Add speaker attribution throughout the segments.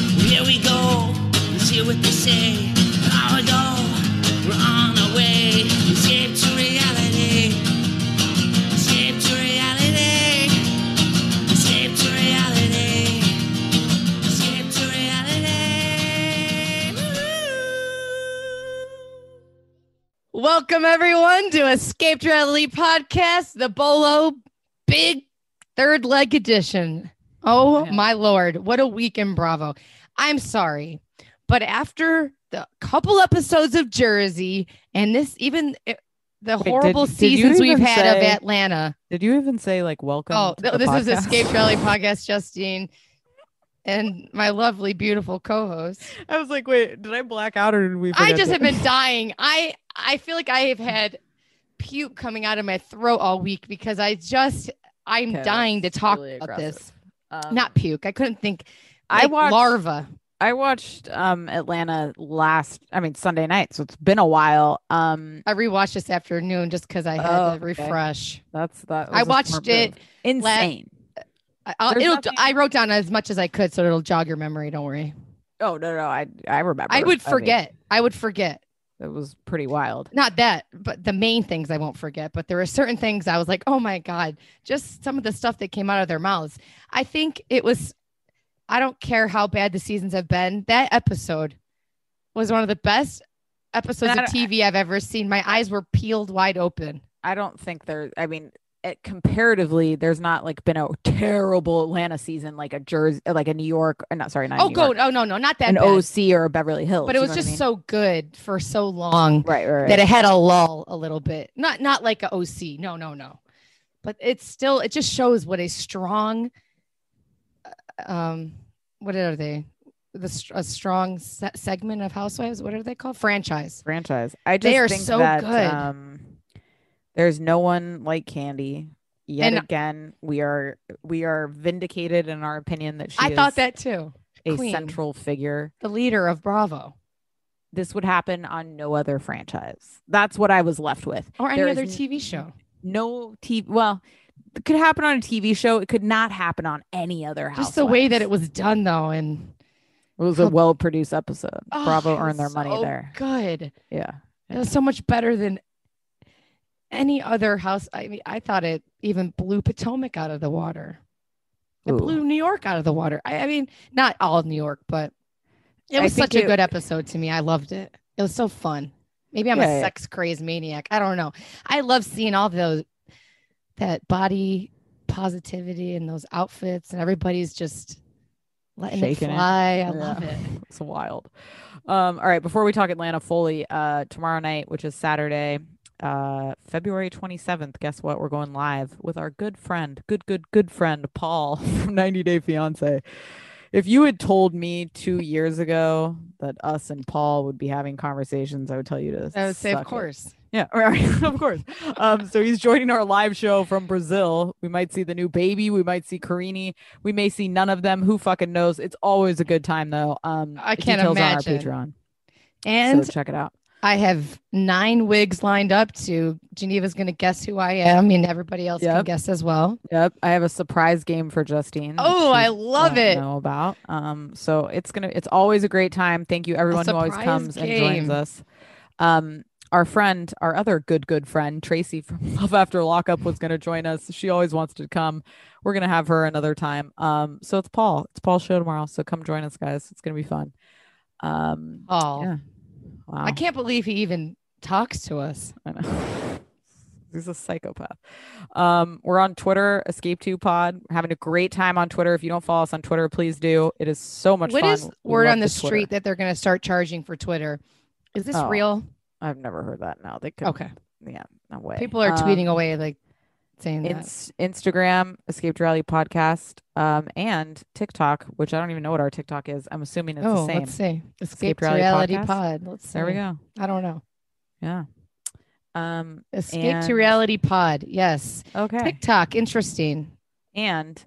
Speaker 1: Here we go. Let's hear what they say. An hour ago, we're on our way. Escape to reality. Escape to reality. Escape to reality. Escape to reality. Woo-hoo.
Speaker 2: Welcome everyone to Escape Reality Podcast, the Bolo Big Third Leg Edition. Oh
Speaker 3: Yeah.
Speaker 2: my lord, what a week in Bravo. I'm sorry, but after the couple episodes of Jersey and this even eh, the
Speaker 3: Wait, did-
Speaker 2: horrible
Speaker 3: did you
Speaker 2: seasons we've
Speaker 3: even
Speaker 2: had of
Speaker 3: say-
Speaker 2: Atlanta.
Speaker 3: Did you even say like welcome?
Speaker 2: Oh,
Speaker 3: to
Speaker 2: th-
Speaker 3: the
Speaker 2: this is
Speaker 3: podcast?
Speaker 2: Escape Reality Podcast, Justine. And my lovely, beautiful co-host.
Speaker 3: I was like, wait, did I black out or did we?
Speaker 2: I
Speaker 3: forget
Speaker 2: just
Speaker 3: to-
Speaker 2: have been dying. I I feel like I have had puke coming out of my throat all week because I just I'm
Speaker 4: Okay,
Speaker 2: dying to
Speaker 4: that's
Speaker 2: talk
Speaker 4: really
Speaker 2: about
Speaker 4: aggressive.
Speaker 2: this.
Speaker 4: Um,
Speaker 2: Not puke. I couldn't think.
Speaker 4: I
Speaker 2: like
Speaker 4: watched.
Speaker 2: larva.
Speaker 4: I watched um Atlanta last. I mean Sunday night, so it's been a while. Um,
Speaker 2: I rewatched this afternoon just because I had
Speaker 4: Oh,
Speaker 2: to
Speaker 4: okay.
Speaker 2: refresh.
Speaker 3: That's that.
Speaker 2: I
Speaker 3: was a
Speaker 2: watched
Speaker 3: smart
Speaker 2: it.
Speaker 3: move.
Speaker 4: insane.
Speaker 2: I, I'll-
Speaker 4: There's
Speaker 2: it'll.
Speaker 4: nothing-
Speaker 2: I wrote down as much as I could, so it'll jog your memory. Don't worry.
Speaker 4: oh no, no, I I remember.
Speaker 2: I would
Speaker 4: mean,
Speaker 2: forget. I would forget.
Speaker 4: it was pretty wild.
Speaker 2: Not that, but the main things I won't forget. But there were certain things I was like, oh my god, just some of the stuff that came out of their mouths. I think it was. I don't care how bad the seasons have been. That episode was one of the best episodes of
Speaker 4: That- uh,
Speaker 2: TV I've ever seen. My eyes were peeled wide open.
Speaker 4: I don't think there. I mean, it, comparatively, there's not like been a terrible Atlanta season like a Jersey, like a New York. Or not sorry, not a
Speaker 2: oh,
Speaker 4: New
Speaker 2: go!
Speaker 4: York,
Speaker 2: Oh no, no, not that.
Speaker 4: an
Speaker 2: bad.
Speaker 4: OC or a Beverly Hills.
Speaker 2: but it
Speaker 4: you
Speaker 2: was
Speaker 4: know what
Speaker 2: just
Speaker 4: I mean?
Speaker 2: so good for so long
Speaker 4: right, right, right.
Speaker 2: that it had a lull a little bit. Not not like a OC. No, no, no. But it's still it just shows what a strong uh, um what are they? The str- a strong se- segment of housewives, what are they called? Franchise.
Speaker 4: franchise. I just
Speaker 2: They are
Speaker 4: think
Speaker 2: so
Speaker 4: that,
Speaker 2: good.
Speaker 4: Um, there's no one like Candy. Yet
Speaker 2: And-
Speaker 4: again, we are we are vindicated in our opinion that she
Speaker 2: I thought
Speaker 4: is
Speaker 2: that too.
Speaker 4: a
Speaker 2: queen.
Speaker 4: central figure.
Speaker 2: The leader of Bravo
Speaker 4: This would happen on no other franchise. That's what I was left with.
Speaker 2: or any
Speaker 4: There
Speaker 2: other
Speaker 4: is n-
Speaker 2: TV show.
Speaker 4: No TV. Well, it could happen on a TV show. It could not happen on any other.
Speaker 2: Just the way that it
Speaker 4: Housewives.
Speaker 2: was done though and
Speaker 4: It was a well-produced episode.
Speaker 2: oh,
Speaker 4: Bravo
Speaker 2: it was
Speaker 4: earned their money
Speaker 2: so
Speaker 4: there.
Speaker 2: Good.
Speaker 4: Yeah.
Speaker 2: It was so much better than any other house. I mean, I thought it even blew Potomac out of the water. It
Speaker 4: Ooh.
Speaker 2: blew New York out of the water. I, I mean, not all of New York, but it
Speaker 4: I
Speaker 2: was
Speaker 4: think
Speaker 2: such a
Speaker 4: it-
Speaker 2: good episode to me. I loved it. It was so fun. Maybe I'm a
Speaker 4: Yeah, yeah.
Speaker 2: sex crazed maniac. I don't know. I love seeing all those that body positivity and those outfits, and everybody's just letting
Speaker 4: Shaking
Speaker 2: it
Speaker 4: it.
Speaker 2: fly. I love it.
Speaker 4: It's wild. Um, all right, before we talk Atlanta fully, uh, tomorrow night, which is Saturday, uh, February 27th, guess what? We're going live with our good friend, good, good, good friend, Paul from 90 Day Fiance. If you had told me two years ago that us and Paul would be having conversations, I would tell you to.
Speaker 2: I would say,
Speaker 4: suck
Speaker 2: of
Speaker 4: it.
Speaker 2: course.
Speaker 4: Yeah, right, of course. Um, so he's joining our live show from Brazil. We might see the new baby. We might see Carini. We may see none of them. Who fucking knows? It's always a good time though. Um,
Speaker 2: I
Speaker 4: the
Speaker 2: can't
Speaker 4: details
Speaker 2: imagine.
Speaker 4: on our Patreon.
Speaker 2: And
Speaker 4: so check it out.
Speaker 2: I have nine wigs lined up to Geneva's going to guess who I am, and everybody else can
Speaker 4: Yep.
Speaker 2: guess as well.
Speaker 4: Yep, I have a surprise game for Justine. that
Speaker 2: Oh,
Speaker 4: she
Speaker 2: I love
Speaker 4: don't
Speaker 2: it.
Speaker 4: Know about. Um, so it's gonna. It's always a great time. Thank you everyone who always
Speaker 2: surprise
Speaker 4: comes and joins
Speaker 2: game.
Speaker 4: us. Um, our friend, our other good good friend Tracy from Love After Lockup was gonna join us. She always wants to come. We're gonna have her another time. Um, so it's Paul. It's Paul's show tomorrow. So come join us, guys. It's gonna be fun. Um,
Speaker 2: Oh,
Speaker 4: yeah. Wow.
Speaker 2: I can't believe he even talks to us.
Speaker 4: I know. He's a psychopath. Um, we're on Twitter, Escape Two Pod. We're having a great time on Twitter. If you don't follow us on Twitter, please do. It is so much
Speaker 2: What
Speaker 4: fun.
Speaker 2: is
Speaker 4: We
Speaker 2: word
Speaker 4: love
Speaker 2: on the
Speaker 4: Twitter.
Speaker 2: street that they're going to start charging for Twitter? Is this
Speaker 4: Oh,
Speaker 2: real?
Speaker 4: I've never heard that. Now they could.
Speaker 2: Okay.
Speaker 4: Yeah. No way.
Speaker 2: People are
Speaker 4: Um,
Speaker 2: tweeting away, like saying that.
Speaker 4: Ins- Instagram, Escape to Rally Podcast, um, and TikTok, which I don't even know what our TikTok is. I'm assuming it's
Speaker 2: Oh,
Speaker 4: the same.
Speaker 2: let's see. Escape,
Speaker 4: Escape
Speaker 2: to reality,
Speaker 4: Reality Podcast?
Speaker 2: pod. Let's
Speaker 4: There we
Speaker 2: see.
Speaker 4: go.
Speaker 2: I don't know.
Speaker 4: Yeah. Um.
Speaker 2: Escape to
Speaker 4: And-
Speaker 2: reality pod. Yes.
Speaker 4: Okay.
Speaker 2: TikTok. Interesting.
Speaker 4: and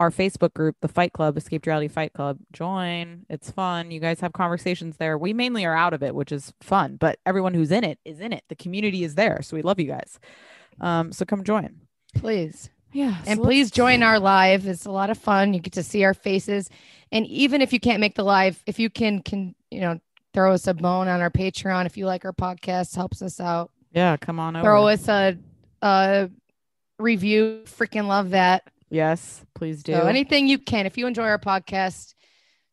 Speaker 4: our Facebook group, the Fight Club, Escaped Reality Fight Club. Join. It's fun. You guys have conversations there. We mainly are out of it, which is fun, but everyone who's in it is in it. The community is there. So we love you guys. Um, so come join.
Speaker 2: Please.
Speaker 4: Yeah.
Speaker 2: And please join our live. It's a lot of fun. You get to see our faces. And even if you can't make the live, if you can can, you know, throw us a bone on our Patreon if you like our podcast, helps us out.
Speaker 4: Yeah, come on over.
Speaker 2: Throw us a a review. Freaking love that.
Speaker 4: Yes, please do.
Speaker 2: So anything you can. If you enjoy our podcast,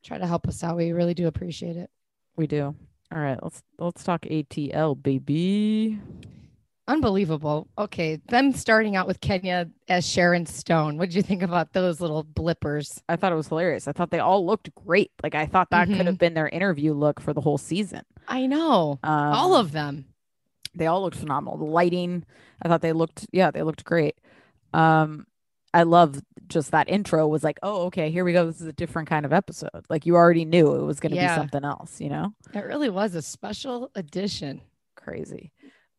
Speaker 2: try to help us out. We really do appreciate it.
Speaker 4: we do. All right, let's let's talk ATL, baby.
Speaker 2: Unbelievable. Okay. Them starting out with Kenya as Sharon Stone. What did you think about those little blippers?
Speaker 4: I thought it was hilarious. I thought they all looked great. Like I thought that
Speaker 2: Mm-hmm.
Speaker 4: could have been their interview look for the whole season.
Speaker 2: I know.
Speaker 4: Um,
Speaker 2: All of them.
Speaker 4: they all looked phenomenal. The lighting, I thought they looked, yeah, they looked great. Um, I love just that intro was like, oh, okay, here we go. This is a different kind of episode. Like you already knew it was going to
Speaker 2: Yeah.
Speaker 4: be something else, you know?
Speaker 2: It really was a special edition.
Speaker 4: Crazy.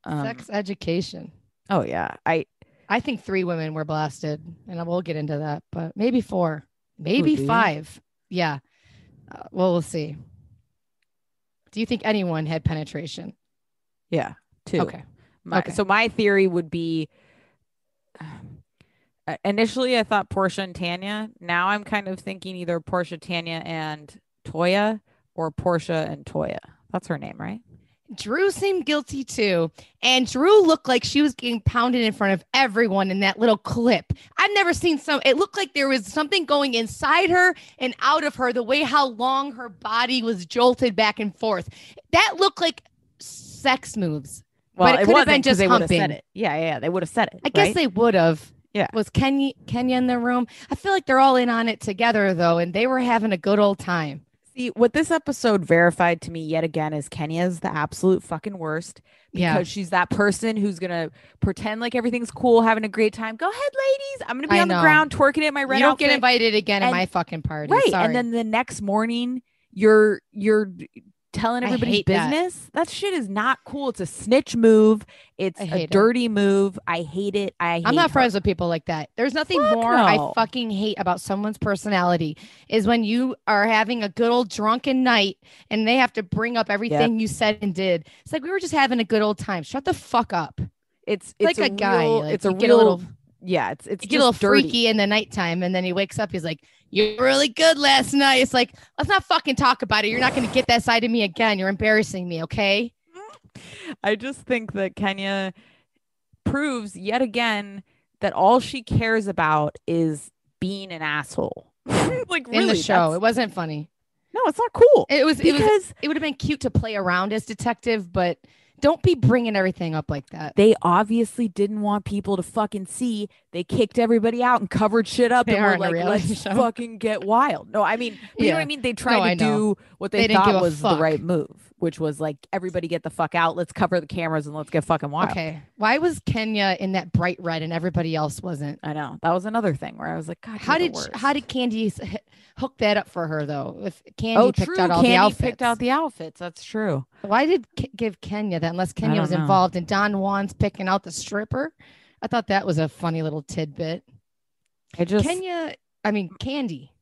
Speaker 4: Um,
Speaker 2: Sex education.
Speaker 4: Oh yeah, I
Speaker 2: I think three women were blasted, and we'll get into that, but maybe four, maybe
Speaker 4: do you?
Speaker 2: five. Yeah. Uh, well, we'll see. Do you think anyone had penetration?
Speaker 4: yeah too.
Speaker 2: Okay.
Speaker 4: My,
Speaker 2: okay.
Speaker 4: So my theory would be. Uh, initially, I thought Portia and Tanya. Now I'm kind of thinking either Portia, Tanya, and Toya, or Portia and Toya. That's her name, right?
Speaker 2: Drew seemed guilty too. And Drew looked like she was getting pounded in front of everyone in that little clip. I've never seen some, it looked like there was something going inside her and out of her, the way how long her body was jolted back and forth. That looked like sex moves.
Speaker 4: Well,
Speaker 2: it
Speaker 4: it,
Speaker 2: could have
Speaker 4: wasn't
Speaker 2: been
Speaker 4: 'cause
Speaker 2: just
Speaker 4: they would have said
Speaker 2: humping.
Speaker 4: it. Yeah, yeah, yeah, they would have said it.
Speaker 2: I guess
Speaker 4: right?
Speaker 2: they would have.
Speaker 4: Yeah.
Speaker 2: Was Kenya Kenya in the room? I feel like they're all in on it together though, and they were having a good old time.
Speaker 4: see what this episode verified to me yet again is Kenya's the absolute fucking worst
Speaker 2: Yeah.
Speaker 4: because she's that person who's gonna pretend like everything's cool, having a great time. Go ahead, ladies. I'm gonna be
Speaker 2: I
Speaker 4: on the
Speaker 2: know.
Speaker 4: ground twerking at my red
Speaker 2: you don't get
Speaker 4: outfit.
Speaker 2: invited again at
Speaker 4: And-
Speaker 2: my fucking party.
Speaker 4: right,
Speaker 2: Sorry.
Speaker 4: and then the next morning you're you're telling
Speaker 2: I
Speaker 4: everybody's
Speaker 2: hate that.
Speaker 4: business. That. shit is not cool. It's a snitch move. It's
Speaker 2: I
Speaker 4: a
Speaker 2: hate it.
Speaker 4: dirty move. I hate it. I hate
Speaker 2: I'm not
Speaker 4: her.
Speaker 2: friends with people like that. There's nothing
Speaker 4: Fuck
Speaker 2: more
Speaker 4: no.
Speaker 2: I fucking hate about someone's personality is when you are having a good old drunken night and they have to bring up everything you said and did. It's like we were just having a good old time. Shut the fuck up.
Speaker 4: It's
Speaker 2: It's
Speaker 4: it's
Speaker 2: like a, guy.
Speaker 4: Real,
Speaker 2: like,
Speaker 4: it's a
Speaker 2: you
Speaker 4: real.
Speaker 2: get a little,
Speaker 4: yeah, it's it's
Speaker 2: you get a little
Speaker 4: just dirty.
Speaker 2: freaky in the nighttime, and then he wakes up. He's like, "You're really good last night." It's like, let's not fucking talk about it. You're not going to get that side of me again. You're embarrassing me. Okay.
Speaker 4: I just think that Kenya proves yet again that all she cares about is being an asshole. like
Speaker 2: in
Speaker 4: really,
Speaker 2: the show, it
Speaker 4: that's-
Speaker 2: wasn't funny.
Speaker 4: no, it's not cool.
Speaker 2: It was. It was.
Speaker 4: because
Speaker 2: It would have been cute to play around as detective, but don't be bringing everything up like that.
Speaker 4: they obviously didn't want people to fucking see. They kicked everity out and covered shit up
Speaker 2: They
Speaker 4: and
Speaker 2: are
Speaker 4: were
Speaker 2: in a
Speaker 4: like,
Speaker 2: reality
Speaker 4: let's
Speaker 2: show."
Speaker 4: fucking get wild. No, I mean, but you know what I
Speaker 2: Yeah.
Speaker 4: mean? They tried
Speaker 2: No, I
Speaker 4: to
Speaker 2: know.
Speaker 4: do what they,
Speaker 2: They didn't give
Speaker 4: thought
Speaker 2: a
Speaker 4: was
Speaker 2: fuck.
Speaker 4: the right move, which was like, everybody get the fuck out. Let's cover the cameras and let's get fucking wild.
Speaker 2: Okay. Why was Kenya in that bright red and everybody else wasn't?
Speaker 4: I know. That was another thing where I was like, God,
Speaker 2: How
Speaker 4: you're
Speaker 2: did
Speaker 4: the
Speaker 2: sh-
Speaker 4: worst.
Speaker 2: how did Candy s- h- hook that up for her though? If Oh, Candy picked out all
Speaker 4: Oh, Candy
Speaker 2: the outfits,
Speaker 4: picked out the outfits. That's true.
Speaker 2: why did K- give Kenya that? Unless Kenya
Speaker 4: don't
Speaker 2: was
Speaker 4: know.
Speaker 2: involved and Don Juan's picking out the stripper. I thought that was a funny little tidbit.
Speaker 4: I just
Speaker 2: Kenya, I mean Candy,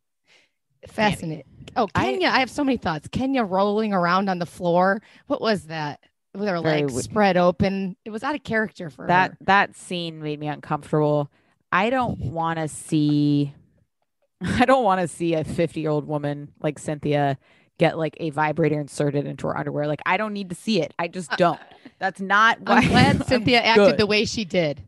Speaker 2: fascinating. Oh, Kenya, I, have so many thoughts. Kenya rolling around on the floor. What was that? With her
Speaker 4: Very
Speaker 2: legs
Speaker 4: weird.
Speaker 2: spread open, it was out of character for
Speaker 4: that
Speaker 2: her.
Speaker 4: that scene made me uncomfortable. I don't want to see. I don't want to see a 50 year old woman like Cynthia get like a vibrator inserted into her underwear. Like I don't need to see it. I just don't. That's not why.
Speaker 2: Uh, I'm glad Cynthia acted
Speaker 4: good.
Speaker 2: the way she did.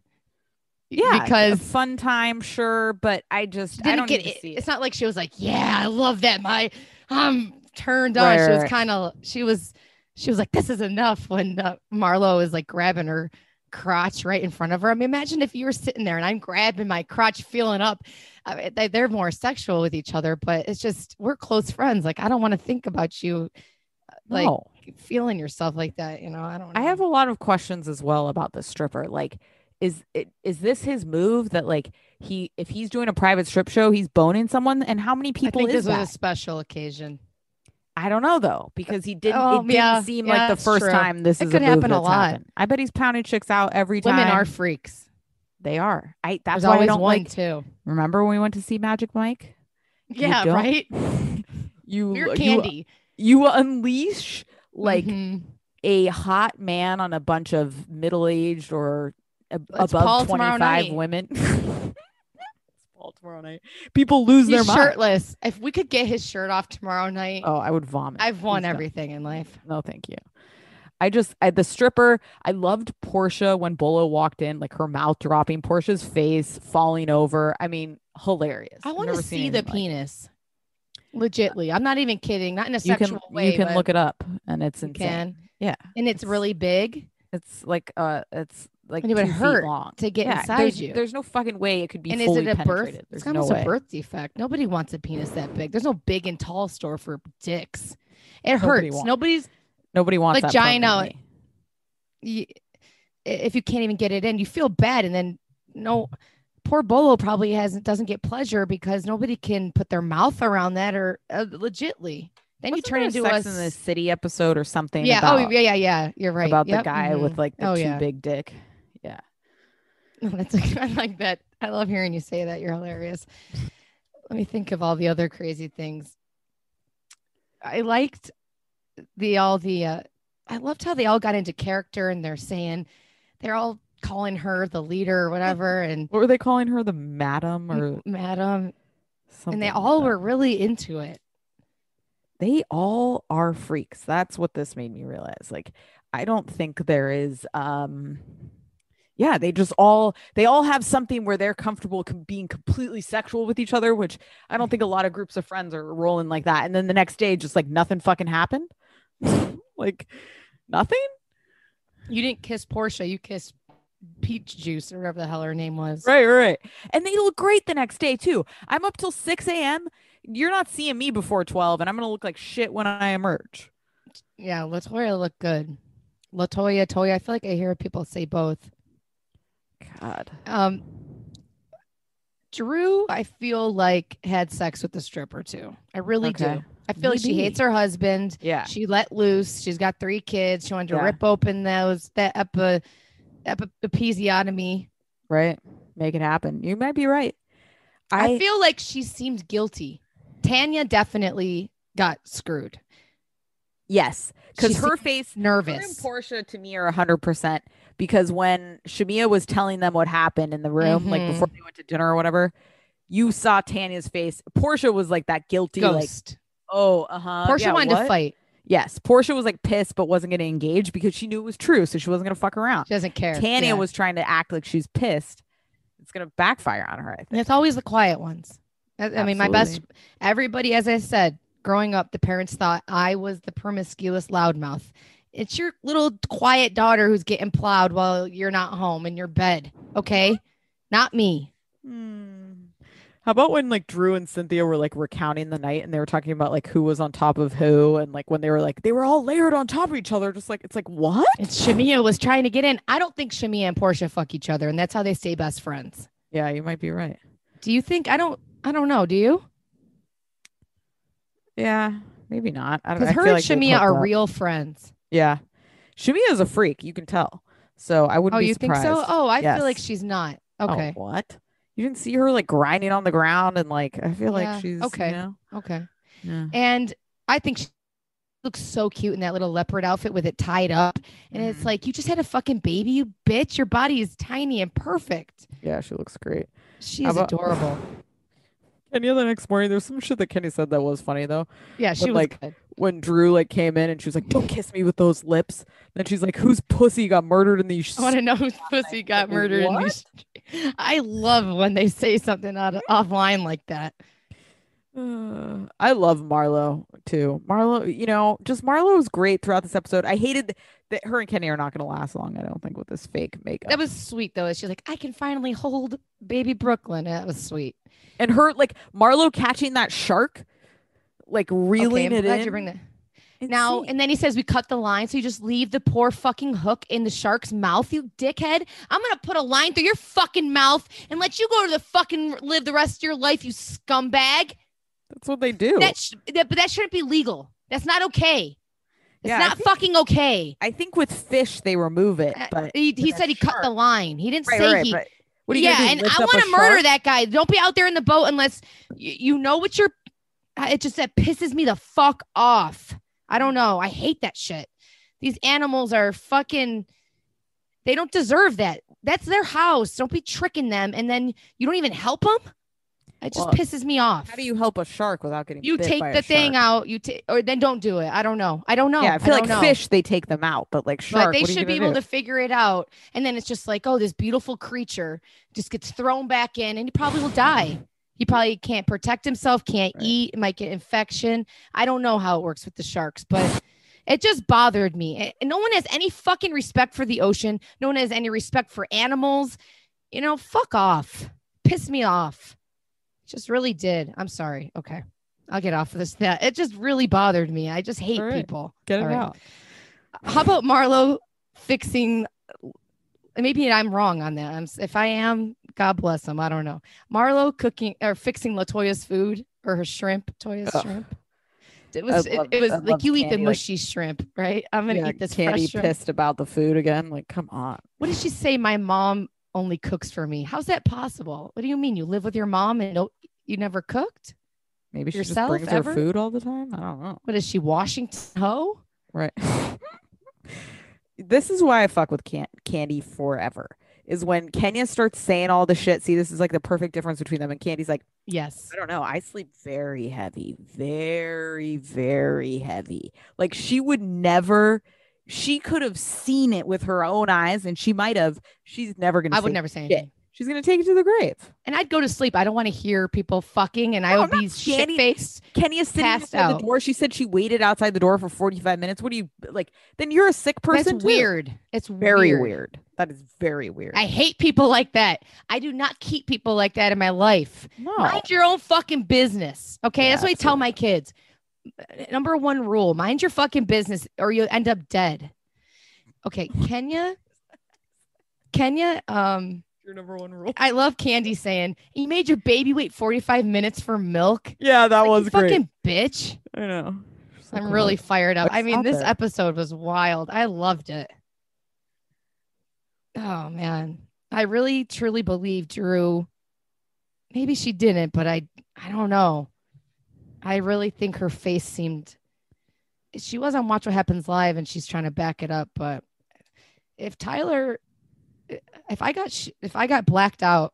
Speaker 4: yeah,
Speaker 2: because
Speaker 4: a fun time, sure, but I just I
Speaker 2: didn't
Speaker 4: don't
Speaker 2: get
Speaker 4: need
Speaker 2: it,
Speaker 4: to see it.
Speaker 2: it's not like she was like yeah i love that my i'm turned on
Speaker 4: Right,
Speaker 2: she was
Speaker 4: right,
Speaker 2: kind of she was she was like this is enough when uh, marlo is like grabbing her crotch right in front of her i mean imagine if you were sitting there and i'm grabbing my crotch feeling up I mean, they, they're more sexual with each other but it's just we're close friends like i don't want to think about you uh, like
Speaker 4: No.
Speaker 2: feeling yourself like that you know i don't know.
Speaker 4: I have a lot of questions as well about the stripper. Like, is it is this his move that like he if he's doing a private strip show, he's boning someone? And how many
Speaker 2: I
Speaker 4: people
Speaker 2: think this
Speaker 4: is that?
Speaker 2: was a special occasion
Speaker 4: I don't know though, because he didn't.
Speaker 2: oh,
Speaker 4: it didn't
Speaker 2: yeah,
Speaker 4: seem
Speaker 2: yeah,
Speaker 4: like the
Speaker 2: that's
Speaker 4: first
Speaker 2: true.
Speaker 4: time this
Speaker 2: It
Speaker 4: is
Speaker 2: could
Speaker 4: a move
Speaker 2: happen a
Speaker 4: that's
Speaker 2: lot.
Speaker 4: happened. I bet he's pounding chicks out every time.
Speaker 2: women are freaks
Speaker 4: They are. I. That's
Speaker 2: there's
Speaker 4: why I
Speaker 2: always
Speaker 4: don't
Speaker 2: one
Speaker 4: like.
Speaker 2: too
Speaker 4: Remember when we went to see Magic Mike? You
Speaker 2: yeah
Speaker 4: don't-
Speaker 2: right
Speaker 4: You
Speaker 2: We're
Speaker 4: you-
Speaker 2: candy
Speaker 4: You, unleash like
Speaker 2: Mhm.
Speaker 4: a hot man on a bunch of middle aged or ab-
Speaker 2: It's
Speaker 4: above
Speaker 2: Paul tomorrow
Speaker 4: twenty five
Speaker 2: night.
Speaker 4: women. Paul tomorrow night. People lose their
Speaker 2: He's
Speaker 4: mind.
Speaker 2: shirtless. If we could get his shirt off tomorrow night,
Speaker 4: Oh, I would vomit.
Speaker 2: I've won
Speaker 4: He's done.
Speaker 2: everything in life.
Speaker 4: No, thank you. I just I, the stripper. I loved Portia when Bolo walked in, like her mouth dropping, Portia's face falling over. I mean, hilarious.
Speaker 2: I
Speaker 4: I've
Speaker 2: want to
Speaker 4: never seen
Speaker 2: see the
Speaker 4: anything like it.
Speaker 2: penis. Legitly, I'm not even kidding. Not in a
Speaker 4: You
Speaker 2: sexual
Speaker 4: can
Speaker 2: way.
Speaker 4: you can
Speaker 2: but
Speaker 4: look it up, and it's
Speaker 2: you
Speaker 4: insane.
Speaker 2: can.
Speaker 4: Yeah,
Speaker 2: and it's
Speaker 4: it's-
Speaker 2: really big
Speaker 4: It's like uh, it's like
Speaker 2: And it would
Speaker 4: two feet
Speaker 2: hurt
Speaker 4: long.
Speaker 2: to get
Speaker 4: yeah,
Speaker 2: inside
Speaker 4: there's,
Speaker 2: you.
Speaker 4: There's no fucking way it could be
Speaker 2: and is
Speaker 4: fully
Speaker 2: it a birth?
Speaker 4: penetrated.
Speaker 2: It's
Speaker 4: There's
Speaker 2: almost
Speaker 4: no
Speaker 2: a
Speaker 4: way.
Speaker 2: birth defect. Nobody wants a penis that big. There's no big and tall store for dicks. It
Speaker 4: Nobody
Speaker 2: hurts.
Speaker 4: wants-
Speaker 2: Nobody's
Speaker 4: Nobody wants that
Speaker 2: Vagina.
Speaker 4: permanently.
Speaker 2: you, if you can't even get it in, you feel bad, and then no, poor Bolo probably hasn't doesn't get pleasure because nobody can put their mouth around that or uh, legitly. Then
Speaker 4: Wasn't
Speaker 2: you turn
Speaker 4: there a
Speaker 2: into us.
Speaker 4: Sex in the City episode or something.
Speaker 2: yeah.
Speaker 4: About,
Speaker 2: oh yeah, yeah, yeah. You're right
Speaker 4: About
Speaker 2: Yep,
Speaker 4: the guy
Speaker 2: mhm.
Speaker 4: with like the
Speaker 2: Oh,
Speaker 4: too
Speaker 2: yeah.
Speaker 4: big dick. Yeah.
Speaker 2: No, that's I like that. I love hearing you say that. You're hilarious. Let me think of all the other crazy things. I liked the all the. Uh, I loved how they all got into character and they're saying they're all calling her the leader or whatever and
Speaker 4: What were they calling her? The madam or
Speaker 2: madam
Speaker 4: something?
Speaker 2: Mm-hmm. and they
Speaker 4: like
Speaker 2: all
Speaker 4: that.
Speaker 2: were really into it.
Speaker 4: They all are freaks. That's what this made me realize. Like, I don't think there is. um yeah, they just all they all have something where they're comfortable com- being completely sexual with each other, which I don't think a lot of groups of friends are rolling like that. And then the next day, just like nothing fucking happened, like nothing.
Speaker 2: You didn't kiss Portia, you kissed Peach Juice or whatever the hell her name was.
Speaker 4: Right, right, right. And they look great the next day too. I'm up till 6 a.m. You're not seeing me before 12, and I'm gonna look like shit when I emerge.
Speaker 2: Yeah, Latoya looked good. Latoya, Toya. I feel like I hear people say both.
Speaker 4: God.
Speaker 2: Um, Drew, I feel like had sex with the stripper too. I really
Speaker 4: Okay.
Speaker 2: do. I feel like she
Speaker 4: Maybe.
Speaker 2: hates her husband.
Speaker 4: Yeah.
Speaker 2: She let loose. She's got three kids. She wanted to
Speaker 4: Yeah.
Speaker 2: rip open those that epi, epi, episiotomy.
Speaker 4: Right. Make it happen. You might be right.
Speaker 2: I, feel like she seemed guilty. Tanya definitely got screwed.
Speaker 4: yes, because
Speaker 2: She
Speaker 4: her face Her and
Speaker 2: Nervous.
Speaker 4: Portia to me are 100% because when Shamia was telling them what happened in the room, like
Speaker 2: Mhm.
Speaker 4: before they went to dinner or whatever, you saw Tanya's face. Portia was like that guilty, like,
Speaker 2: Ghost.
Speaker 4: oh, uh huh.
Speaker 2: Portia wanted to fight.
Speaker 4: Yes, Portia was like pissed but wasn't going to engage because she knew it was true, so she wasn't going to fuck around.
Speaker 2: She doesn't care.
Speaker 4: Tanya
Speaker 2: Yeah.
Speaker 4: was trying to act like she's pissed. It's going to backfire on her, I think.
Speaker 2: And it's always the quiet ones. I, I mean, my best, everybody, as I said, growing up, the parents thought I was the promiscuous loudmouth. It's your little quiet daughter who's getting plowed while you're not home in your bed. Okay. Not me.
Speaker 4: Hmm. How about when like Drew and Cynthia were like recounting the night and they were talking about like who was on top of who and like when they were like they were all layered on top of each other just like it's like what?
Speaker 2: It's Shamia was trying to get in. I don't think Shamia and Portia fuck each other, and that's how they stay best friends.
Speaker 4: Yeah, you might be right.
Speaker 2: Do you think? I don't. I don't know. Do you?
Speaker 4: Yeah, maybe not. I don't
Speaker 2: Because
Speaker 4: I
Speaker 2: her
Speaker 4: feel
Speaker 2: and
Speaker 4: like they've
Speaker 2: Shamia
Speaker 4: hooked
Speaker 2: are
Speaker 4: up.
Speaker 2: real friends.
Speaker 4: Yeah. Shamia is a freak, you can tell. So I wouldn't
Speaker 2: Oh,
Speaker 4: be
Speaker 2: you
Speaker 4: surprised.
Speaker 2: think so? Oh, I feel like
Speaker 4: Yes.
Speaker 2: she's not.
Speaker 4: Oh,
Speaker 2: Okay.
Speaker 4: what? You didn't see her like grinding on the ground and like I feel
Speaker 2: Yeah,
Speaker 4: like she's
Speaker 2: okay.
Speaker 4: You know?
Speaker 2: Okay.
Speaker 4: Yeah.
Speaker 2: And I think she looks so cute in that little leopard outfit with it tied up. And it's
Speaker 4: Mhm.
Speaker 2: like, you just had a fucking baby, you bitch. Your body is tiny and perfect.
Speaker 4: Yeah, she looks great.
Speaker 2: She
Speaker 4: How
Speaker 2: is
Speaker 4: about-
Speaker 2: adorable.
Speaker 4: Kenny the next morning, there's some shit that Kenny said that was funny though.
Speaker 2: Yeah, she was
Speaker 4: like,
Speaker 2: good.
Speaker 4: When Drew like came in and she was like, "Don't kiss me with those lips," then she's like, "Whose pussy got murdered in the?"
Speaker 2: I want to know whose pussy got
Speaker 4: fucking
Speaker 2: murdered. in
Speaker 4: what?
Speaker 2: these- I love when they say something out of, offline like that.
Speaker 4: Uh, I love Marlo too. Marlo, you know, just Marlo was great throughout this episode. I hated that her and Kenny are not going to last long. I don't think with this fake makeup.
Speaker 2: That was sweet though. She's like, I can finally hold baby Brooklyn. That was sweet.
Speaker 4: and her like Marlo catching that shark, like
Speaker 2: Okay,
Speaker 4: reeling
Speaker 2: I'm
Speaker 4: it
Speaker 2: glad
Speaker 4: in.
Speaker 2: you bring that. Now,
Speaker 4: Insane.
Speaker 2: and then he says we cut the line, so you just leave the poor fucking hook in the shark's mouth, you dickhead. I'm gonna put a line through your fucking mouth and let you go to the fucking live the rest of your life, you scumbag.
Speaker 4: that's what they do.
Speaker 2: That, sh- that but that shouldn't be legal. That's not okay. It's
Speaker 4: Yeah, I
Speaker 2: not
Speaker 4: think-
Speaker 2: fucking okay.
Speaker 4: I think with fish they remove it,
Speaker 2: Uh,
Speaker 4: but
Speaker 2: he he
Speaker 4: that
Speaker 2: said he cut the
Speaker 4: shark-
Speaker 2: line. He didn't
Speaker 4: right,
Speaker 2: say
Speaker 4: right, right,
Speaker 2: he.
Speaker 4: but what are you
Speaker 2: yeah,
Speaker 4: gonna do,
Speaker 2: and
Speaker 4: lift
Speaker 2: I
Speaker 4: up a
Speaker 2: want to murder
Speaker 4: shark?
Speaker 2: that guy. Don't be out there in the boat unless you, you know what you're. I- It just that pisses me the fuck off. I don't know. I hate that shit. These animals are fucking. They don't deserve that. That's their house. Don't be tricking them, and then you don't even help them. It just
Speaker 4: Well,
Speaker 2: pisses me off.
Speaker 4: How do you help a shark without getting
Speaker 2: You
Speaker 4: bit
Speaker 2: take
Speaker 4: by a
Speaker 2: the thing
Speaker 4: shark?
Speaker 2: out. You take, or then don't do it. I don't know. I don't know.
Speaker 4: Yeah, I feel like
Speaker 2: don't know.
Speaker 4: fish they take them out, but like shark,
Speaker 2: but they
Speaker 4: what are you
Speaker 2: should be
Speaker 4: gonna
Speaker 2: able
Speaker 4: do?
Speaker 2: to figure it out. And then it's just like, oh, this beautiful creature just gets thrown back in, and he probably will die. He probably can't protect himself, can't
Speaker 4: Right.
Speaker 2: eat, might get infection. I don't know how it works with the sharks, but it just bothered me. And- And no one has any fucking respect for the ocean. No one has any respect for animals. You know, fuck off. Piss me off. Just really did. I'm sorry. Okay. I'll get off of this. That it just really bothered me. I just hate
Speaker 4: All right.
Speaker 2: people.
Speaker 4: Get it
Speaker 2: All right.
Speaker 4: out.
Speaker 2: How about Marlo fixing? Maybe I'm wrong on that. I'm, if I am, God bless him. I don't know. Marlo cooking or fixing Latoya's food or her shrimp, Toya's
Speaker 4: Ugh.
Speaker 2: shrimp. It was
Speaker 4: I
Speaker 2: it,
Speaker 4: love-
Speaker 2: it was
Speaker 4: I
Speaker 2: like
Speaker 4: love
Speaker 2: you eat the
Speaker 4: Candy, like-
Speaker 2: mushy shrimp, right? I'm gonna
Speaker 4: Yeah,
Speaker 2: eat this
Speaker 4: can't
Speaker 2: fresh
Speaker 4: be
Speaker 2: shrimp.
Speaker 4: pissed about the food again. Like, come on.
Speaker 2: What did she say? My mom only cooks for me. How's that possible? What do you mean? You live with your mom and no, you never cooked?
Speaker 4: Maybe she
Speaker 2: Yourself,
Speaker 4: just brings
Speaker 2: ever?
Speaker 4: her food all the time. I don't know.
Speaker 2: What is she Washington Ho?
Speaker 4: Right. this is why I fuck with can- Candy forever. Is when Kenya starts saying all the shit. See, this is like the perfect difference between them. And Candy's like,
Speaker 2: Yes.
Speaker 4: I don't know. I sleep very heavy, very, very heavy. Like she would never. She could have seen it with her own eyes, and she might have. She's never gonna.
Speaker 2: I would
Speaker 4: say-
Speaker 2: never say anything.
Speaker 4: She's gonna take it to the grave.
Speaker 2: And I'd go to sleep. I don't want to hear people fucking and I
Speaker 4: No,
Speaker 2: would
Speaker 4: I'm
Speaker 2: be
Speaker 4: not scanning-
Speaker 2: shit faced.
Speaker 4: Kenny is sitting
Speaker 2: Passed
Speaker 4: outside
Speaker 2: out.
Speaker 4: the door. She said she waited outside the door for 45 minutes. What do you like? Then you're a sick person.
Speaker 2: That's
Speaker 4: too.
Speaker 2: weird. It's
Speaker 4: Very
Speaker 2: weird.
Speaker 4: weird. That is very weird.
Speaker 2: I hate people like that. I do not keep people like that in my life.
Speaker 4: no.
Speaker 2: Mind your own fucking business. Okay.
Speaker 4: Yeah,
Speaker 2: That's what I tell my kids. Number one rule mind your fucking business or you'll end up dead. Okay. Kenya. Kenya, um,
Speaker 3: Your number one rule.
Speaker 2: I love Candy saying, You made your baby wait 45 minutes for milk.
Speaker 3: Yeah, that
Speaker 2: Like, you
Speaker 3: was great.
Speaker 2: fucking bitch.
Speaker 4: I know. She's like,
Speaker 2: I'm really
Speaker 4: "What?"
Speaker 2: fired up. I
Speaker 4: Let's
Speaker 2: mean,
Speaker 4: stop
Speaker 2: this
Speaker 4: it.
Speaker 2: episode was wild. I loved it. Oh man. I really truly believe Drew. Maybe she didn't, but I I don't know. I really think her face seemed she was on Watch What Happens Live and she's trying to back it up, but if Tyler if I got sh- if I got blacked out,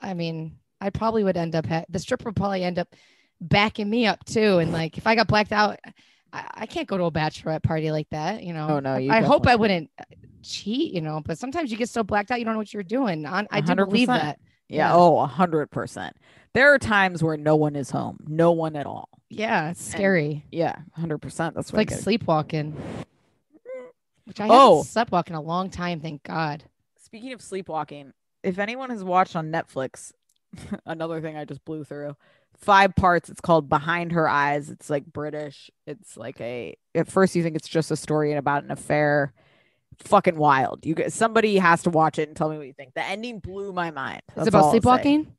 Speaker 2: I mean, I probably would end up ha- the stripper would probably end up backing me up too and like if I got blacked out, I, I can't go to a bachelorette party like that, you know.
Speaker 4: Oh, no,
Speaker 2: I-
Speaker 4: you
Speaker 2: I hope I
Speaker 4: definitely
Speaker 2: wouldn't cheat, you know. But sometimes you get so blacked out, you don't know what you're doing. On, I do believe
Speaker 4: 100%.
Speaker 2: that.
Speaker 4: Yeah.
Speaker 2: yeah.
Speaker 4: Oh, a hundred percent. There are times where no one is home. No one at all.
Speaker 2: Yeah, it's scary.
Speaker 4: Yeah. hundred percent. That's
Speaker 2: It's
Speaker 4: what
Speaker 2: like
Speaker 4: I get.
Speaker 2: sleepwalking, which I
Speaker 4: Oh.
Speaker 2: haven't slept walking a long time. Thank God.
Speaker 4: Speaking of sleepwalking, if anyone has watched on Netflix, another thing I just blew through, five parts. It's called Behind Her Eyes. It's like British. It's like a. At first, you think it's just a story about an affair. Fucking wild. You guys, somebody has to watch it and tell me what you think. The ending blew my mind.
Speaker 2: It's
Speaker 4: That's all
Speaker 2: about
Speaker 4: I'll say.
Speaker 2: sleepwalking.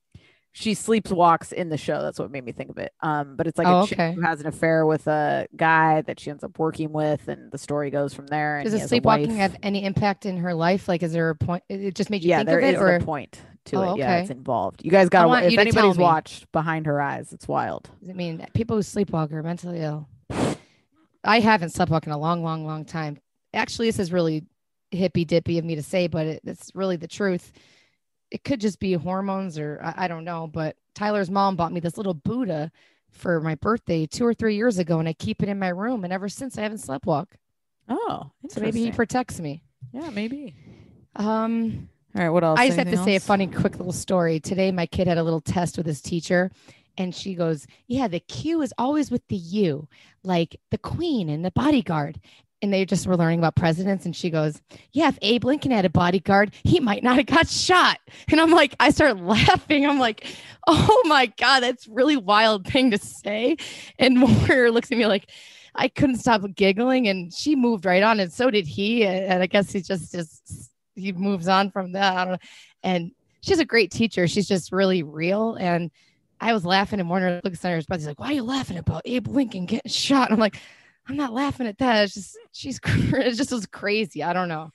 Speaker 4: She sleeps walks in the show. That's what made me think of it. Um, but it's like
Speaker 2: Oh,
Speaker 4: a chick
Speaker 2: okay.
Speaker 4: who has an affair with a guy that she ends up working with, and the story goes from there. And
Speaker 2: Does
Speaker 4: he
Speaker 2: the
Speaker 4: has a
Speaker 2: sleepwalking
Speaker 4: wife.
Speaker 2: have any impact in her life? Like, is there a point? It it just made you
Speaker 4: yeah,
Speaker 2: think
Speaker 4: there
Speaker 2: of
Speaker 4: is
Speaker 2: it, or
Speaker 4: a point to
Speaker 2: Oh,
Speaker 4: it. Yeah,
Speaker 2: okay.
Speaker 4: it's involved. You guys got
Speaker 2: want
Speaker 4: to. If
Speaker 2: you to tell
Speaker 4: anybody's
Speaker 2: me.
Speaker 4: watched Behind Her Eyes, it's wild.
Speaker 2: I mean, people who sleepwalk are mentally ill. I haven't sleepwalked in a long, long, long time. Actually, this is really hippy dippy of me to say, but it, it's really the truth. It could just be hormones, or I, I don't know. But Tyler's mom bought me this little Buddha for my birthday two or three years ago, and I keep it in my room. And ever since, I haven't sleepwalk.
Speaker 4: Oh,
Speaker 2: So maybe he protects me.
Speaker 4: yeah, maybe.
Speaker 2: Um,
Speaker 4: All right, what else?
Speaker 2: I just have to
Speaker 4: Anything
Speaker 2: say a
Speaker 4: else?
Speaker 2: funny, quick little story. Today, my kid had a little test with his teacher, and she goes, "Yeah, the Q is always with the U, like the Queen and the bodyguard." And they just were learning about presidents, and she goes, "Yeah, if Abe Lincoln had a bodyguard, he might not have got shot." And I'm like, I start laughing. I'm like, "Oh my god, that's really wild thing to say." And Warrior looks at me like. I couldn't stop giggling, and she moved right on, and so did he. And I guess he just just he moves on from that. I don't know and she's a great teacher. She's just really real. And I was laughing and Warner looks at her brother. He's like, Why are you laughing about Abe Lincoln getting shot? And I'm like, I'm not laughing at that. It's just she's cr- it just was crazy. I don't know.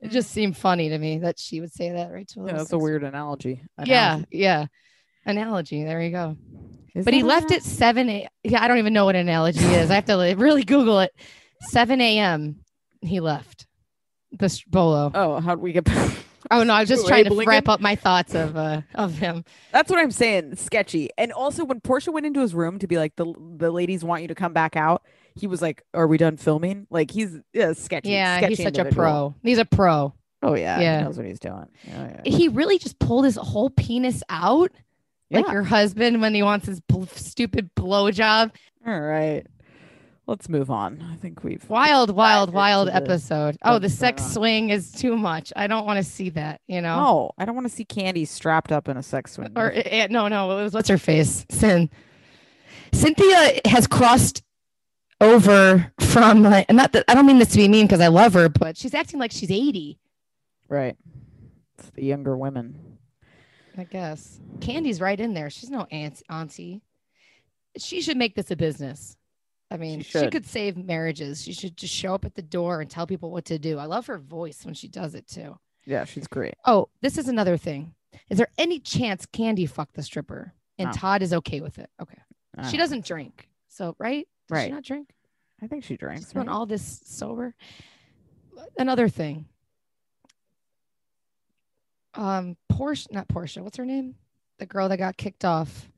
Speaker 2: It just seemed funny to me that she would say that right to
Speaker 4: Yeah, that's a weird analogy.
Speaker 2: Yeah,
Speaker 4: Analogy.
Speaker 2: yeah. Analogy. There you go.
Speaker 4: Is
Speaker 2: But he
Speaker 4: that
Speaker 2: left
Speaker 4: an
Speaker 2: at 7 a. Yeah, I don't even know what analogy is. I have to like, really Google it. 7 a.m. He left the s- bolo.
Speaker 4: anal- Oh, how'd we get?
Speaker 2: Oh no, I was just trying to
Speaker 4: Labeling
Speaker 2: wrap
Speaker 4: him?
Speaker 2: up my thoughts of uh of him.
Speaker 4: That's what I'm saying. Sketchy. And also, when Portia went into his room to be like, the the ladies want you to come back out, he was like, "Are we done filming?" Like he's yeah, sketchy.
Speaker 2: Yeah,
Speaker 4: sketchy
Speaker 2: he's such a
Speaker 4: individual.
Speaker 2: pro. He's a pro.
Speaker 4: Oh yeah,
Speaker 2: Yeah.
Speaker 4: he knows what he's doing. Oh, yeah.
Speaker 2: He really just pulled his whole penis out, like
Speaker 4: Yeah.
Speaker 2: your husband when he wants his bl- stupid blowjob.
Speaker 4: All right, let's move on. I think we've
Speaker 2: Wild, wild,
Speaker 4: Back
Speaker 2: wild
Speaker 4: to the-
Speaker 2: episode. Oh, the
Speaker 4: what's
Speaker 2: sex
Speaker 4: going on.
Speaker 2: swing is too much. I don't want to see that. You know.
Speaker 4: No, I don't want to see Candy strapped up in a sex swing.
Speaker 2: Oh. or uh, uh, no, no, it was what's her face? Sin. Cynthia has crossed over from like, and not that I don't mean this to be mean because I love her, but she's acting like she's 80,
Speaker 4: right. It's the younger women.
Speaker 2: I guess. Candy's right in there. She's no aunt, auntie. She should make this a business. I mean, she,
Speaker 4: should.
Speaker 2: could save marriages. She should just show up at the door and tell people what to do. I love her voice when she does it too.
Speaker 4: Yeah, she's great.
Speaker 2: Oh, this is another thing. Is there any chance Candy fucked the stripper and
Speaker 4: No.
Speaker 2: Todd is okay with it? Okay.
Speaker 4: I
Speaker 2: she
Speaker 4: don't-
Speaker 2: doesn't drink. So right? Does
Speaker 4: Ah. Right.
Speaker 2: She not drink.
Speaker 4: I think she drinks.
Speaker 2: She's doing
Speaker 4: right?
Speaker 2: all this sober. Another thing. Um, Porsche, not Portia. What's her name? The girl that got kicked off.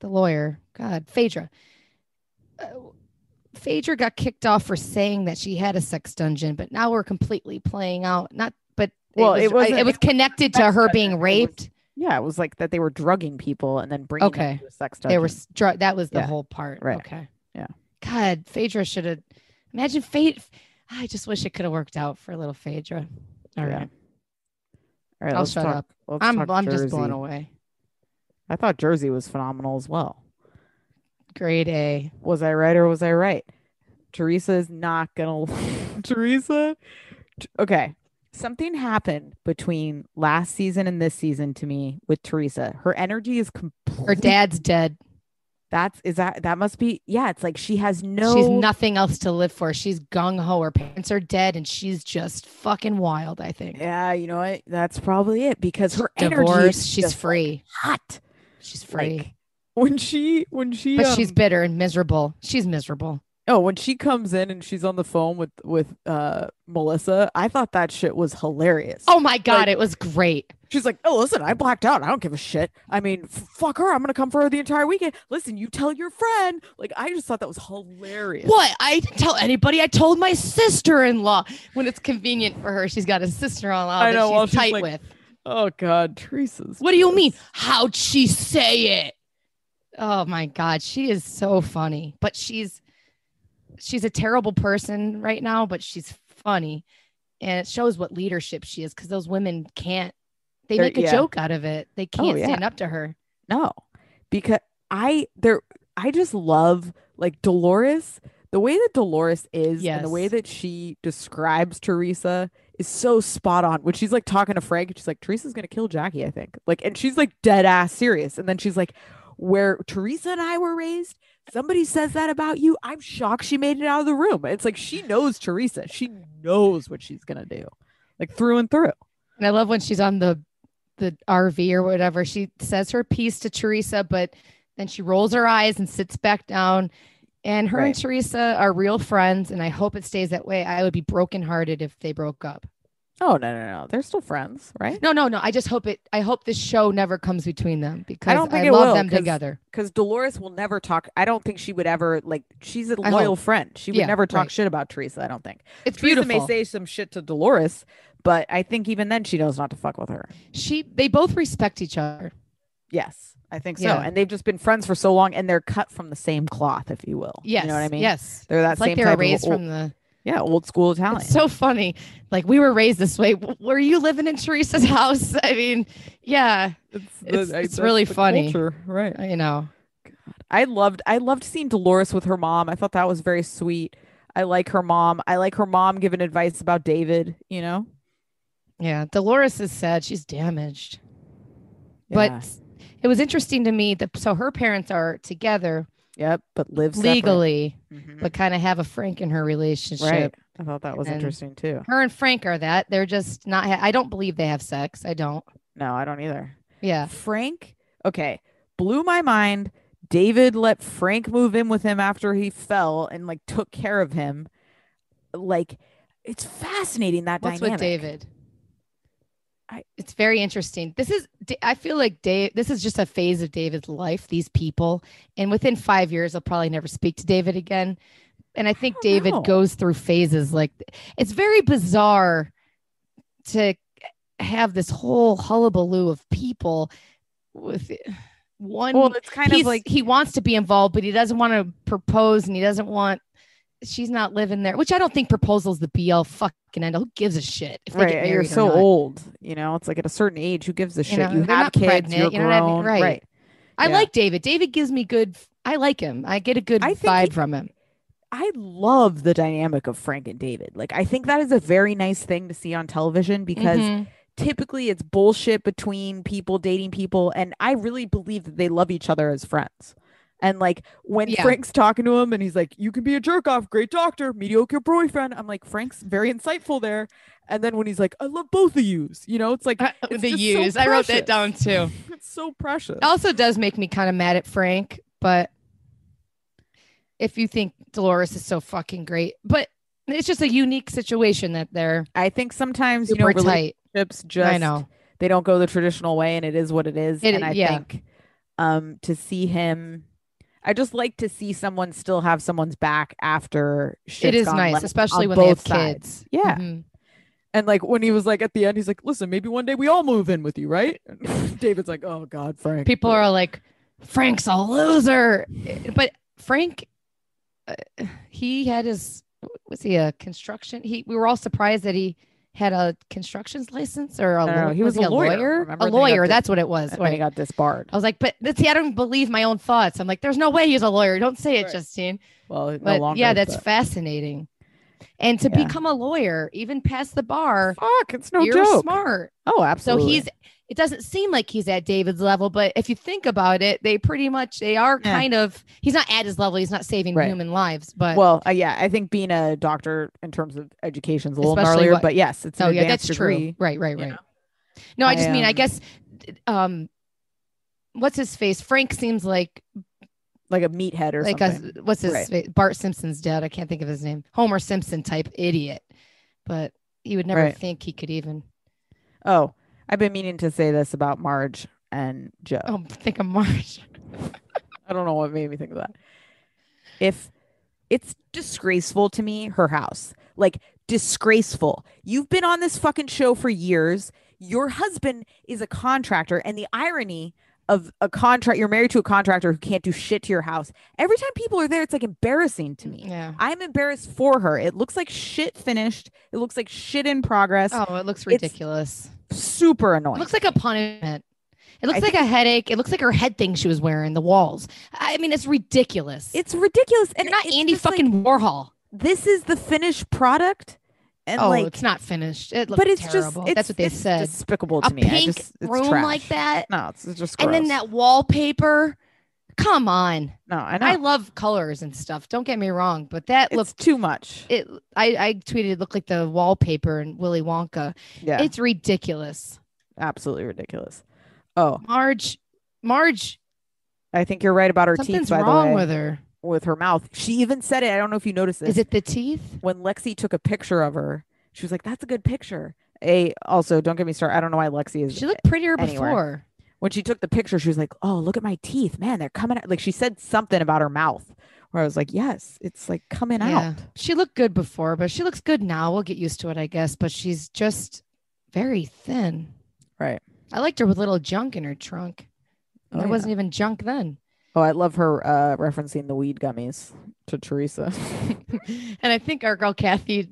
Speaker 2: The lawyer. God, Phaedra. Uh, Phaedra got kicked off for saying that she had a sex dungeon, but now we're completely playing out. Not, but
Speaker 4: Well, it
Speaker 2: it was, I-
Speaker 4: wasn't-
Speaker 2: it was connected to
Speaker 4: sex
Speaker 2: her
Speaker 4: dungeon, it
Speaker 2: being
Speaker 4: was
Speaker 2: raped.
Speaker 4: Yeah, it was like that they were drugging people and then bringing
Speaker 2: Okay.
Speaker 4: them to a sex
Speaker 2: They
Speaker 4: dungeon.
Speaker 2: were s- dr- that was the
Speaker 4: Yeah.
Speaker 2: whole part.
Speaker 4: Right.
Speaker 2: Okay.
Speaker 4: Yeah.
Speaker 2: God, Phaedra should have imagine Fate. I just wish it could have worked out for little Phaedra. All
Speaker 4: Yeah.
Speaker 2: right.
Speaker 4: All right,
Speaker 2: I'll
Speaker 4: let's
Speaker 2: shut
Speaker 4: talk-
Speaker 2: up.
Speaker 4: let's
Speaker 2: I'm
Speaker 4: talk
Speaker 2: I'm just blown
Speaker 4: Jersey.
Speaker 2: away.
Speaker 4: I thought Jersey was phenomenal as well.
Speaker 2: Grade A.
Speaker 4: Was I right or was I right? Teresa is not gonna. Teresa, T- okay. Something happened between last season and this season to me with Teresa. Her energy is completely.
Speaker 2: Her dad's dead.
Speaker 4: That's is that that must be yeah. It's like she has no.
Speaker 2: She's nothing else to live for. She's gung ho. Her parents are dead, and she's just fucking wild. I think.
Speaker 4: Yeah, you know what? That's probably it because her energy
Speaker 2: Divorce.
Speaker 4: is
Speaker 2: She's
Speaker 4: just, like,
Speaker 2: free.
Speaker 4: hot.
Speaker 2: She's free.
Speaker 4: Like, when she when she
Speaker 2: but she's
Speaker 4: um,
Speaker 2: bitter and miserable. She's miserable.
Speaker 4: Oh, when she comes in and she's on the phone with with uh Melissa, I thought that shit was hilarious.
Speaker 2: Oh my god,
Speaker 4: like-
Speaker 2: it was great.
Speaker 4: she's like, "Oh, listen, I blacked out. I don't give a shit. I mean, f- fuck her. I'm gonna come for her the entire weekend. Listen, you tell your friend." Like, I just thought that was hilarious.
Speaker 2: What? I didn't tell anybody. I told my sister-in-law when it's convenient for her. She's got a sister-in-law
Speaker 4: I
Speaker 2: that
Speaker 4: know,
Speaker 2: she's
Speaker 4: well, she's
Speaker 2: tight
Speaker 4: like-
Speaker 2: with.
Speaker 4: Oh God, Teresa's.
Speaker 2: What do you
Speaker 4: just-
Speaker 2: mean? How'd she say it? Oh my God, she is so funny. But she's she's a terrible person right now, but she's funny, and it shows what leadership she is because those women can't. They
Speaker 4: They're-
Speaker 2: make a
Speaker 4: yeah. Oh,
Speaker 2: joke out of it. They can't
Speaker 4: yeah.
Speaker 2: stand up to her.
Speaker 4: No, because I there I just love like Dolores. The way that Dolores is and the way
Speaker 2: Yes.
Speaker 4: that she describes Teresa is so spot on. When she's like talking to Frank, and she's like, Teresa's gonna kill Jackie, I think. Like, and she's like dead ass serious. And then she's like, Where Teresa and I were raised, somebody says that about you. I'm shocked she made it out of the room. It's like she knows Teresa. She knows what she's gonna do. Like through and through.
Speaker 2: And I love when she's on the the RV or whatever. She says her piece to Teresa, but then she rolls her eyes and sits back down. And her
Speaker 4: Right.
Speaker 2: and Teresa are real friends, and I hope it stays that way. I would be brokenhearted if they broke up.
Speaker 4: Oh no, no, no. They're still friends, right?
Speaker 2: No, no, no. I just hope it. I hope this show never comes between them because I,
Speaker 4: don't think it
Speaker 2: love
Speaker 4: will,
Speaker 2: them
Speaker 4: 'cause
Speaker 2: together.
Speaker 4: because Dolores will never talk. I don't think she would ever like. She's a
Speaker 2: I
Speaker 4: loyal friend. She would
Speaker 2: Yeah,
Speaker 4: never talk
Speaker 2: right.
Speaker 4: shit about Teresa. I don't think.
Speaker 2: It's
Speaker 4: Teresa
Speaker 2: beautiful.
Speaker 4: may say some shit to Dolores, but I think even then she knows not to fuck with her.
Speaker 2: she, they both respect each other.
Speaker 4: Yes, I think so.
Speaker 2: Yeah.
Speaker 4: And they've just been friends for so long, and they're cut from the same cloth, if you will.
Speaker 2: Yes,
Speaker 4: you know what I mean.
Speaker 2: yes.
Speaker 4: they're that
Speaker 2: It's
Speaker 4: same
Speaker 2: like they were
Speaker 4: type
Speaker 2: raised
Speaker 4: of old,
Speaker 2: from the.
Speaker 4: yeah old school Italian.
Speaker 2: It's so funny. Like we were raised this way. W- Were you living in Teresa's house? I mean, yeah,
Speaker 4: it's, the-
Speaker 2: it's-
Speaker 4: I-
Speaker 2: it's
Speaker 4: that's
Speaker 2: really
Speaker 4: the
Speaker 2: funny.
Speaker 4: culture, right?
Speaker 2: Uh, you know.
Speaker 4: I loved I loved seeing Dolores with her mom. I thought that was very sweet. I like her mom. I like her mom giving advice about David. You know.
Speaker 2: Yeah, Dolores is sad. She's damaged. But
Speaker 4: Yeah.
Speaker 2: s- it was interesting to me that so her parents are together
Speaker 4: Yep, but live separate.
Speaker 2: legally,
Speaker 4: Mhm.
Speaker 2: but kind of have a Frank in her relationship.
Speaker 4: right. I thought that was
Speaker 2: and-
Speaker 4: interesting too.
Speaker 2: Her and Frank are that. They're just not. Ha- I don't believe they have sex. I don't.
Speaker 4: No, I don't either.
Speaker 2: Yeah.
Speaker 4: Frank, okay, blew my mind. David let Frank move in with him after he fell and like took care of him. Like, it's fascinating that
Speaker 2: What's
Speaker 4: dynamic.
Speaker 2: with David? it's very interesting. This is D- I feel like Dave. This is just a phase of David's life. These people, and within five years, I'll probably never speak to David again. And I think
Speaker 4: don't
Speaker 2: David
Speaker 4: know.
Speaker 2: goes through phases. Like it's very bizarre to have this whole hullabaloo of people with one.
Speaker 4: Well, it's kind of
Speaker 2: he's-
Speaker 4: like
Speaker 2: he wants to be involved, but he doesn't want to propose, and he doesn't want. She's not living there, which I don't think proposal's the be all fucking end. all. Who gives a shit if they get
Speaker 4: right.
Speaker 2: married
Speaker 4: You're
Speaker 2: or
Speaker 4: so
Speaker 2: not?
Speaker 4: old. You know, it's like at a certain age, who gives a shit? You,
Speaker 2: know, they're
Speaker 4: have
Speaker 2: not
Speaker 4: kids.
Speaker 2: pregnant,
Speaker 4: you're
Speaker 2: you know
Speaker 4: grown.
Speaker 2: what I mean? Right. I
Speaker 4: Yeah.
Speaker 2: like David. David gives me good. I like him. I get a good
Speaker 4: I think
Speaker 2: vibe
Speaker 4: he-
Speaker 2: from him.
Speaker 4: I love the dynamic of Frank and David. Like, I think that is a very nice thing to see on television because
Speaker 2: Mhm.
Speaker 4: typically it's bullshit between people dating people and i really believe that they love each other as friends and like when
Speaker 2: Yeah.
Speaker 4: frank's talking to him and he's like you can be a jerk off great doctor mediocre boyfriend i'm like frank's very insightful there and then when he's like i love both of yous you know it's like
Speaker 2: Uh,
Speaker 4: it's
Speaker 2: the
Speaker 4: just so
Speaker 2: use. I wrote that
Speaker 4: precious.
Speaker 2: down too.
Speaker 4: it's so precious
Speaker 2: It also does make me kind of mad at Frank, but if you think Dolores is so fucking great, but it's just a unique situation that they're
Speaker 4: i think sometimes you know
Speaker 2: super tight.
Speaker 4: relationships just
Speaker 2: I know.
Speaker 4: they don't go the traditional way and it is what it is
Speaker 2: It-
Speaker 4: and i
Speaker 2: yeah.
Speaker 4: think um to see him i just like to see someone still have someone's back after
Speaker 2: It
Speaker 4: shit's
Speaker 2: is
Speaker 4: gone
Speaker 2: nice,
Speaker 4: left
Speaker 2: especially
Speaker 4: on
Speaker 2: when they have
Speaker 4: both sides.
Speaker 2: kids.
Speaker 4: yeah
Speaker 2: Mhm.
Speaker 4: and like when he was like at the end he's like listen maybe one day we all move in with you right And david's like oh god frank
Speaker 2: People are like, Frank's a loser, but Frank, uh, he had his was he a construction? He we were all surprised that he had a construction's license or a
Speaker 4: No, no,
Speaker 2: law-
Speaker 4: he was a lawyer, remember?
Speaker 2: A
Speaker 4: And then he got
Speaker 2: lawyer,
Speaker 4: di-
Speaker 2: that's what it was.
Speaker 4: when he
Speaker 2: Right.
Speaker 4: got disbarred
Speaker 2: I was like, but that's, see, I don't believe my own thoughts. I'm like, there's no way he's a lawyer. Don't say it,
Speaker 4: Right.
Speaker 2: Justine.
Speaker 4: well no
Speaker 2: But
Speaker 4: longer
Speaker 2: yeah, that's
Speaker 4: but-
Speaker 2: fascinating. And to
Speaker 4: Yeah.
Speaker 2: become a lawyer, even past the bar,
Speaker 4: fuck it's no
Speaker 2: you're
Speaker 4: joke
Speaker 2: smart.
Speaker 4: oh
Speaker 2: So
Speaker 4: absolutely
Speaker 2: he's it doesn't seem like he's at David's level, but if you think about it, they pretty much they are
Speaker 4: Yeah.
Speaker 2: kind of he's not at his level, he's not saving
Speaker 4: Right.
Speaker 2: human lives, but
Speaker 4: well uh, yeah i think being a doctor in terms of education's a little
Speaker 2: Especially
Speaker 4: gnarlier
Speaker 2: what-
Speaker 4: but yes it's an
Speaker 2: oh yeah, that's
Speaker 4: advanced degree.
Speaker 2: true. Right, right,
Speaker 4: you
Speaker 2: right.
Speaker 4: know?
Speaker 2: No, I
Speaker 4: I,
Speaker 2: just mean I
Speaker 4: um,
Speaker 2: guess um what's his face? Frank seems like
Speaker 4: like a meathead or
Speaker 2: like
Speaker 4: something
Speaker 2: a what's his
Speaker 4: Right.
Speaker 2: face? Bart Simpson's dad. I can't think of his name. Homer Simpson type idiot. But you would never
Speaker 4: Right.
Speaker 2: think he could even
Speaker 4: oh i've been meaning to say this about marge and joe
Speaker 2: oh think of Marsh.
Speaker 4: I don't know what made me think of that. If it's disgraceful to me, her house, like disgraceful. You've been on this fucking show for years. Your husband is a contractor, and the irony of a contract, you're married to a contractor who can't do shit to your house. Every time people are there, it's like embarrassing to me.
Speaker 2: Yeah.
Speaker 4: I'm embarrassed for her. It looks like shit finished. It looks like shit in progress.
Speaker 2: Oh, it looks
Speaker 4: It's-
Speaker 2: ridiculous.
Speaker 4: Super
Speaker 2: It
Speaker 4: annoying.
Speaker 2: looks like a punishment. It looks
Speaker 4: I
Speaker 2: like a headache. It looks like her head thing she was wearing, the walls. I mean, it's ridiculous.
Speaker 4: it's ridiculous.
Speaker 2: You're
Speaker 4: And
Speaker 2: not
Speaker 4: it's
Speaker 2: Andy
Speaker 4: just like,
Speaker 2: fucking Warhol.
Speaker 4: this is the finished product. And
Speaker 2: oh,
Speaker 4: like,
Speaker 2: it's not finished. It looks
Speaker 4: but it's
Speaker 2: terrible.
Speaker 4: just it's,
Speaker 2: That's what they
Speaker 4: it's
Speaker 2: said.
Speaker 4: despicable to
Speaker 2: A
Speaker 4: me I
Speaker 2: pink
Speaker 4: just, it's
Speaker 2: room
Speaker 4: trash.
Speaker 2: like that.
Speaker 4: no it's it's just
Speaker 2: And then
Speaker 4: gross.
Speaker 2: that wallpaper. Come on.
Speaker 4: no i know
Speaker 2: I love colors and stuff. Don't get me wrong, but that
Speaker 4: it's
Speaker 2: looked
Speaker 4: too much
Speaker 2: it I, I tweeted it looked like the wallpaper in Willy Wonka.
Speaker 4: yeah
Speaker 2: It's ridiculous.
Speaker 4: absolutely ridiculous oh
Speaker 2: Marge Marge,
Speaker 4: i think you're right about her
Speaker 2: something's
Speaker 4: teeth by
Speaker 2: wrong
Speaker 4: the way
Speaker 2: with her.
Speaker 4: with her mouth she even said it i don't know if you noticed this
Speaker 2: Is it the teeth?
Speaker 4: when lexi took a picture of her she was like that's a good picture a also don't get me started i don't know why lexi is
Speaker 2: She looked prettier
Speaker 4: anywhere.
Speaker 2: before.
Speaker 4: when she took the picture she was like oh look at my teeth man they're coming out like she said something about her mouth where i was like yes it's like coming
Speaker 2: Yeah.
Speaker 4: out
Speaker 2: She looked good before, but she looks good now. We'll get used to it, I guess. But she's just very thin.
Speaker 4: Right.
Speaker 2: I liked her with little junk in her trunk.
Speaker 4: Oh,
Speaker 2: there
Speaker 4: yeah.
Speaker 2: wasn't even junk then.
Speaker 4: Oh, I love her uh, referencing the weed gummies to Teresa.
Speaker 2: and I think our girl Kathy,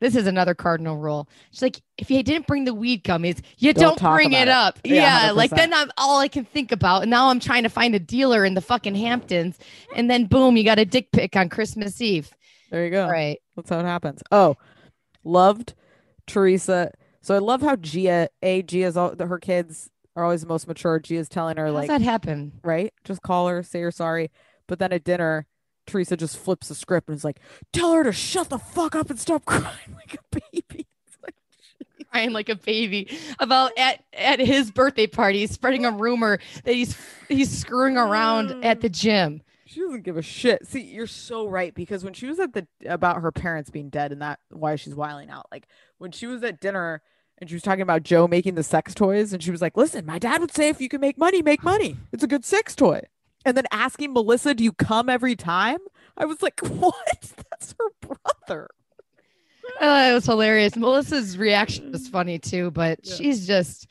Speaker 2: this is another cardinal rule. She's like, if you didn't bring the weed gummies, you
Speaker 4: Don't
Speaker 2: don't,
Speaker 4: talk
Speaker 2: bring
Speaker 4: about
Speaker 2: it
Speaker 4: it."
Speaker 2: up.
Speaker 4: Yeah,
Speaker 2: Yeah. like
Speaker 4: 100%.
Speaker 2: then I'm all I can think about. And now I'm trying to find a dealer in the fucking Hamptons. And then boom, you got a dick pic on Christmas Eve.
Speaker 4: there you go.
Speaker 2: Right.
Speaker 4: That's how it happens. Oh, loved Teresa. So I love how Gia, a Gia's all her kids are always the most mature. Gia's telling her
Speaker 2: How's
Speaker 4: like,
Speaker 2: that happen?
Speaker 4: right, just call her, say you're sorry. But then at dinner, Teresa just flips the script and is like, tell her to shut the fuck up and stop crying like a baby. It's like,
Speaker 2: crying like a baby about at at his birthday party spreading a rumor that he's he's screwing around at the
Speaker 3: Mm.
Speaker 2: gym.
Speaker 4: She doesn't give a shit. See, you're so right because when she was at the about her parents being dead and that why she's wiling out. Like when she was at dinner
Speaker 3: and she was talking about Joe making the sex toys, and she was like, "Listen, my dad would say if you can make money, make money. It's a good sex toy." And then asking Melissa, "Do you come every time?" I was like, "What? That's her brother."
Speaker 2: Oh, it was hilarious. Melissa's reaction was funny too, but
Speaker 3: Mm. Yeah.
Speaker 2: she's just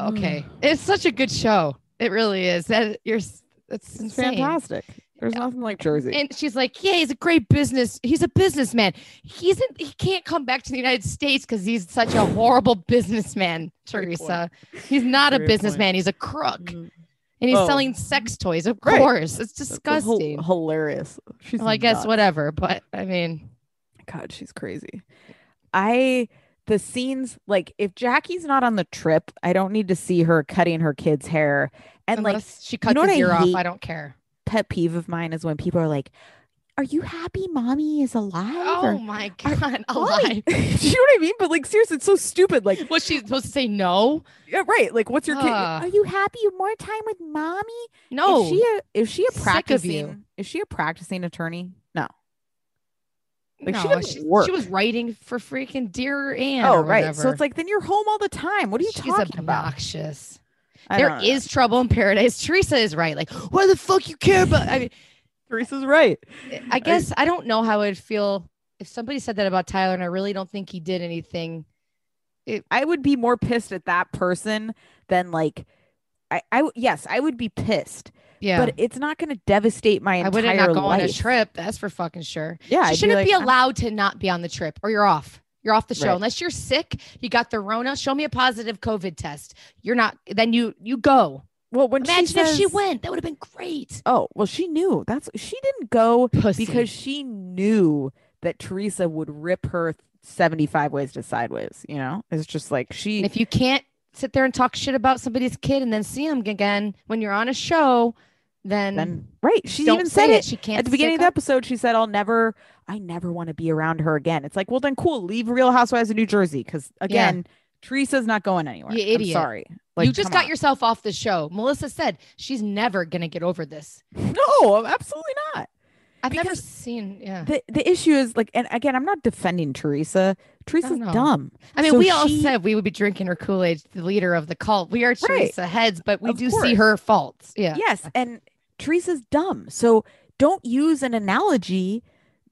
Speaker 2: okay.
Speaker 3: Mm.
Speaker 2: it's such a good show. It really is. That you're s- that's
Speaker 3: It's
Speaker 2: insane.
Speaker 3: fantastic. There's nothing like Jersey.
Speaker 2: And she's like, "Yeah, he's a great business. He's a businessman. He's in, he can't come back to the United States because he's such a horrible businessman,
Speaker 3: Great point.
Speaker 2: Teresa. He's not
Speaker 3: Great
Speaker 2: a
Speaker 3: point.
Speaker 2: businessman. He's a crook,
Speaker 3: Mhm.
Speaker 2: and he's
Speaker 3: Oh.
Speaker 2: selling sex toys. Of
Speaker 3: Right.
Speaker 2: course, it's
Speaker 3: That was hil-
Speaker 2: disgusting.
Speaker 3: hilarious. She's
Speaker 2: well, I guess
Speaker 3: nuts.
Speaker 2: whatever, but I mean,
Speaker 3: God, she's crazy.
Speaker 4: I the scenes like if Jackie's not on the trip, I don't need to see her cutting her kids' hair. And like
Speaker 2: unless she cuts
Speaker 4: know what
Speaker 2: his
Speaker 4: I
Speaker 2: ear off,
Speaker 4: hate?
Speaker 2: I don't care.
Speaker 4: pet peeve of mine is when people are like, "Are you happy mommy is alive?"
Speaker 2: Oh
Speaker 4: or,
Speaker 2: my
Speaker 4: Are-
Speaker 2: god,
Speaker 4: why?
Speaker 2: Oh, alive.
Speaker 3: Do you know what I mean? But like, seriously, it's so stupid. Like,
Speaker 2: Was she supposed to say no?
Speaker 3: yeah, right? Like, what's your kid?
Speaker 2: Ugh.
Speaker 4: "Are you happy more time with mommy?"
Speaker 2: no.
Speaker 4: Is she a is she a
Speaker 2: Oh, Sick of you.
Speaker 4: practicing is she a practicing attorney? No. like,
Speaker 2: no,
Speaker 4: she doesn't
Speaker 2: she,
Speaker 4: work.
Speaker 2: she was writing for freaking Dear Anne.
Speaker 4: oh
Speaker 2: or
Speaker 4: right. So
Speaker 2: whatever.
Speaker 4: it's like then you're home all the time. What are you
Speaker 2: She's
Speaker 4: talking about?
Speaker 2: obnoxious.
Speaker 4: I
Speaker 2: There
Speaker 4: don't know.
Speaker 2: is trouble in paradise. Teresa is right. Like, what the fuck you care about? I mean,
Speaker 3: Teresa's right.
Speaker 2: I guess I don't know how I'd feel if somebody said that about Tyler, and I really don't think he did anything.
Speaker 4: I would be more pissed at that person than like I, I w- yes, I would be pissed,
Speaker 2: Yeah,
Speaker 4: but it's not going to devastate my
Speaker 2: I
Speaker 4: entire
Speaker 2: wouldn't not go on
Speaker 4: life.
Speaker 2: a trip. That's for fucking sure.
Speaker 4: Yeah, I'd
Speaker 2: she shouldn't
Speaker 4: like,
Speaker 2: be
Speaker 4: "I'm
Speaker 2: allowed to not be on the trip, or you're off. You're off the show
Speaker 4: Right.
Speaker 2: unless you're sick. You got the Rona. Show me a positive COVID test. You're not. Then you you go.
Speaker 4: Well, when
Speaker 2: Imagine
Speaker 4: she
Speaker 2: if she
Speaker 4: says-
Speaker 2: went. That would have been great.
Speaker 4: Oh, well, she knew. That's she didn't go
Speaker 2: Pussy.
Speaker 4: because she knew that Teresa would rip her seventy-five ways to sideways. You know, it's just like
Speaker 2: And
Speaker 4: she.
Speaker 2: if you can't sit there and talk shit about somebody's kid and then see them again when you're on a show, then,
Speaker 4: Then right, she
Speaker 2: don't
Speaker 4: even
Speaker 2: say
Speaker 4: said it.
Speaker 2: She can't
Speaker 4: At the beginning of the
Speaker 2: stick up-
Speaker 4: episode, she said, "I'll never, I never want to be around her again." It's like, well, then cool, leave Real Housewives of New Jersey because again, Teresa's not going anywhere.
Speaker 2: You
Speaker 4: I'm
Speaker 2: idiot.
Speaker 4: sorry, like
Speaker 2: you just
Speaker 4: come
Speaker 2: got
Speaker 4: on.
Speaker 2: yourself off the show. Melissa said she's never gonna get over this.
Speaker 4: no, absolutely not.
Speaker 2: I've never
Speaker 4: Because
Speaker 2: seen. Yeah,
Speaker 4: the The issue is like, and again, I'm not defending Teresa. Teresa's
Speaker 2: no.
Speaker 4: dumb.
Speaker 2: I mean,
Speaker 4: so
Speaker 2: we all
Speaker 4: she-
Speaker 2: said we would be drinking her Kool Aid, the leader of the cult. We are
Speaker 4: Right.
Speaker 2: Teresa heads, but we
Speaker 4: Of
Speaker 2: do see
Speaker 4: course.
Speaker 2: her faults. Yeah,
Speaker 4: Yes, and Teresa's dumb. So don't use an analogy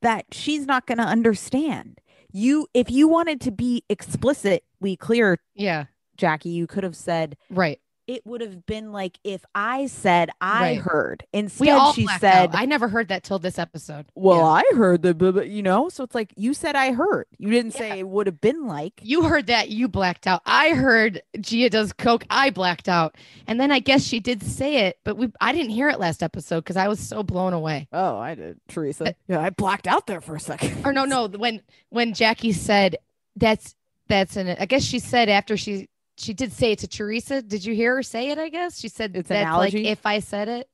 Speaker 4: that she's not going to understand. You if you wanted to be explicitly clear,
Speaker 2: yeah,
Speaker 4: Jackie, you could have said
Speaker 2: right.
Speaker 4: it would have been like if I said I
Speaker 2: Right.
Speaker 4: heard. Instead
Speaker 2: We all
Speaker 4: she
Speaker 2: blacked
Speaker 4: said,
Speaker 2: out. I never heard that till this episode.
Speaker 4: "Well,
Speaker 2: Yeah.
Speaker 4: I heard the blah, blah," you know." So it's like you said I heard. You didn't
Speaker 2: Yeah.
Speaker 4: say it would have been like.
Speaker 2: You heard that. You blacked out. I heard Gia does coke. I blacked out. And then I guess she did say it, but we I didn't hear it last episode because I was so blown away.
Speaker 4: Oh, I did, Teresa.
Speaker 2: But-
Speaker 4: Yeah, I blacked out there for a second.
Speaker 2: Or no, no. When when Jackie said that's that's an I guess she said after she she did say it to Teresa. Did you hear her say it? I guess she said
Speaker 4: It's
Speaker 2: that's
Speaker 4: analogy?
Speaker 2: like if I said it,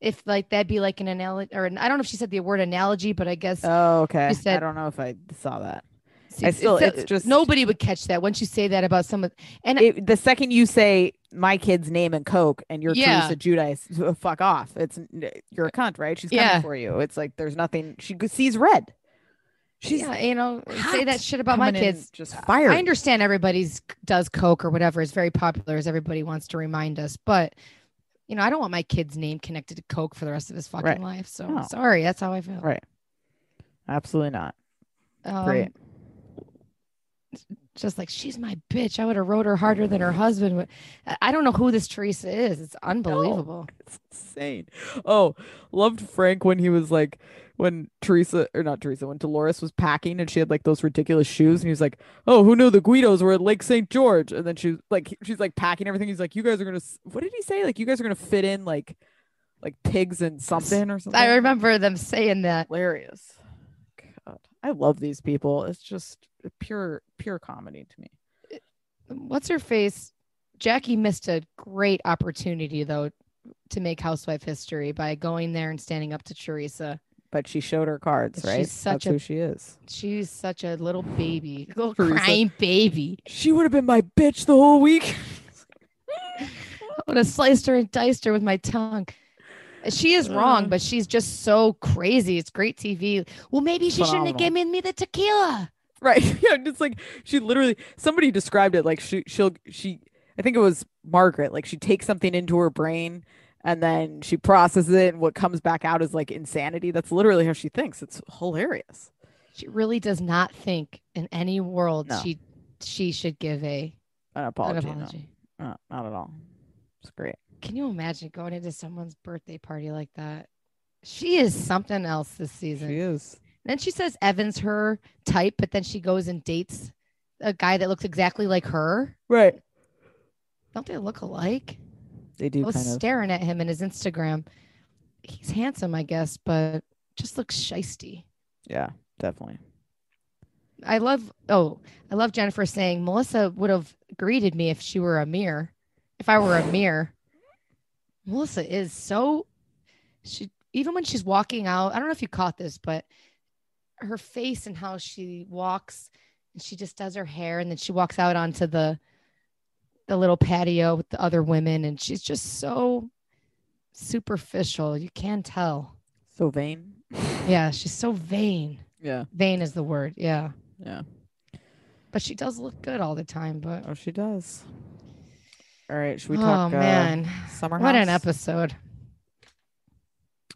Speaker 2: if like that'd be like an analogy or an, I don't know if she said the word analogy, but I guess
Speaker 4: Oh, okay.
Speaker 2: said-
Speaker 4: I don't know if I saw that.
Speaker 2: See,
Speaker 4: I still-
Speaker 2: so-
Speaker 4: it's just-
Speaker 2: nobody would catch that once you say that about someone. And
Speaker 4: it, the second you say my kid's name and Coke and you're
Speaker 2: Yeah. Uh,
Speaker 4: Teresa Judice, uh, fuck off. It's uh, you're a cunt, right? She's coming
Speaker 2: Yeah.
Speaker 4: for you. It's like there's nothing. She g- sees red. She's
Speaker 2: yeah, you know, say
Speaker 4: hot
Speaker 2: that shit about my
Speaker 4: coming in
Speaker 2: kids. uh,
Speaker 4: Just
Speaker 2: I
Speaker 4: fired.
Speaker 2: understand everybody's does coke or whatever is very popular as everybody wants to remind us, but you know, I don't want my kid's name connected to coke for the rest of his fucking
Speaker 4: Right.
Speaker 2: life. So
Speaker 4: No.
Speaker 2: sorry, that's how I feel.
Speaker 4: Right. Absolutely not.
Speaker 2: Um,
Speaker 4: Great.
Speaker 2: Just like she's my bitch. I would have wrote her harder than her husband. would. I- I don't know who this Teresa is. It's unbelievable.
Speaker 3: It's insane. Oh, loved Frank when he was like, when Teresa, or not Teresa, when Dolores was packing and she had like those ridiculous shoes. And he was like, oh, who knew the Guidos were at Lake St. George? And then she was like, he- she's like packing everything. He's like, you guys are going to, what did he say? Like, you guys are going to fit in like, like pigs and something or something.
Speaker 2: I remember them saying that.
Speaker 3: Hilarious. God, I love these people. It's just pure, pure comedy to me.
Speaker 2: What's her face? Jackie missed a great opportunity though to make housewife history by going there and standing up to Teresa.
Speaker 4: But she showed her cards,
Speaker 2: She's
Speaker 4: right?
Speaker 2: such
Speaker 4: That's
Speaker 2: a-
Speaker 4: who she is.
Speaker 2: She's such a little baby, little
Speaker 3: Teresa.
Speaker 2: crying baby.
Speaker 3: She would have been my bitch the whole week.
Speaker 2: I would have sliced her and diced her with my tongue. She is wrong,
Speaker 4: Uh.
Speaker 3: Ugh.
Speaker 2: but she's just so crazy. It's great TV. Well, maybe she shouldn't have
Speaker 4: Phenomenal.
Speaker 2: given me the tequila.
Speaker 4: Right. Yeah. It's like she literally somebody described it like she she'll she I think it was Margaret. Like she takes something into her brain and then she processes it and what comes back out is like insanity. That's literally how she thinks. It's hilarious.
Speaker 2: She really does not think in any world
Speaker 4: No.
Speaker 2: she she should give a
Speaker 4: An
Speaker 2: an
Speaker 4: apology. no.
Speaker 2: apology.
Speaker 4: No, not at all. It's great.
Speaker 2: Can you imagine going into someone's birthday party like that? She is something else this season.
Speaker 4: She is.
Speaker 2: Then she says Evan's her type, but then she goes and dates a guy that looks exactly like her.
Speaker 4: Right.
Speaker 2: Don't they look alike?
Speaker 4: They
Speaker 2: I
Speaker 4: do
Speaker 2: was
Speaker 4: kind of
Speaker 2: staring at him in his Instagram. He's handsome, I guess, but just looks shisty.
Speaker 4: Yeah, definitely.
Speaker 2: I love oh, I love Jennifer saying Melissa would have greeted me if she were a mirror. If I were a mirror. Melissa is so she even when she's walking out, I don't know if you caught this, but her face and how she walks and she just does her hair and then she walks out onto the the little patio with the other women and she's just so superficial. You can tell.
Speaker 4: So vain.
Speaker 2: Yeah, she's so vain.
Speaker 4: Yeah.
Speaker 2: Vain is the word. Yeah.
Speaker 4: Yeah.
Speaker 2: But she does look good all the time. But
Speaker 4: Oh, she does. All right. Should we
Speaker 2: oh
Speaker 4: talk?
Speaker 2: man,
Speaker 5: Uh, Summer
Speaker 2: what an
Speaker 5: House?
Speaker 2: episode!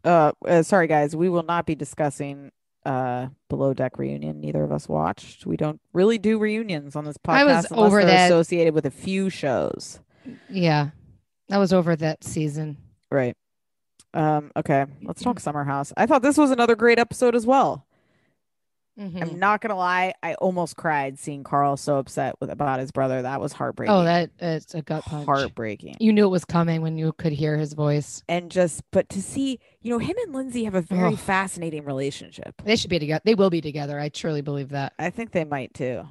Speaker 4: uh, uh sorry guys we will not be discussing uh below deck reunion neither of us watched we don't really do reunions on this podcast
Speaker 2: I was
Speaker 4: unless
Speaker 2: over
Speaker 4: they're
Speaker 2: that.
Speaker 4: associated with a few shows
Speaker 2: Yeah, that was over that season.
Speaker 4: right um okay let's talk summer house i thought this was another great episode as well
Speaker 2: Mhm.
Speaker 4: i'm not gonna lie i almost cried seeing carl so upset with about his brother that was heartbreaking
Speaker 2: Oh, that it's a gut punch.
Speaker 4: heartbreaking
Speaker 2: You knew it was coming when you could hear his voice.
Speaker 4: and just but to see you know him and lindsay have a very
Speaker 2: Ugh.
Speaker 4: fascinating relationship
Speaker 2: They should be together. They will be together. I truly believe that.
Speaker 4: I think they might too.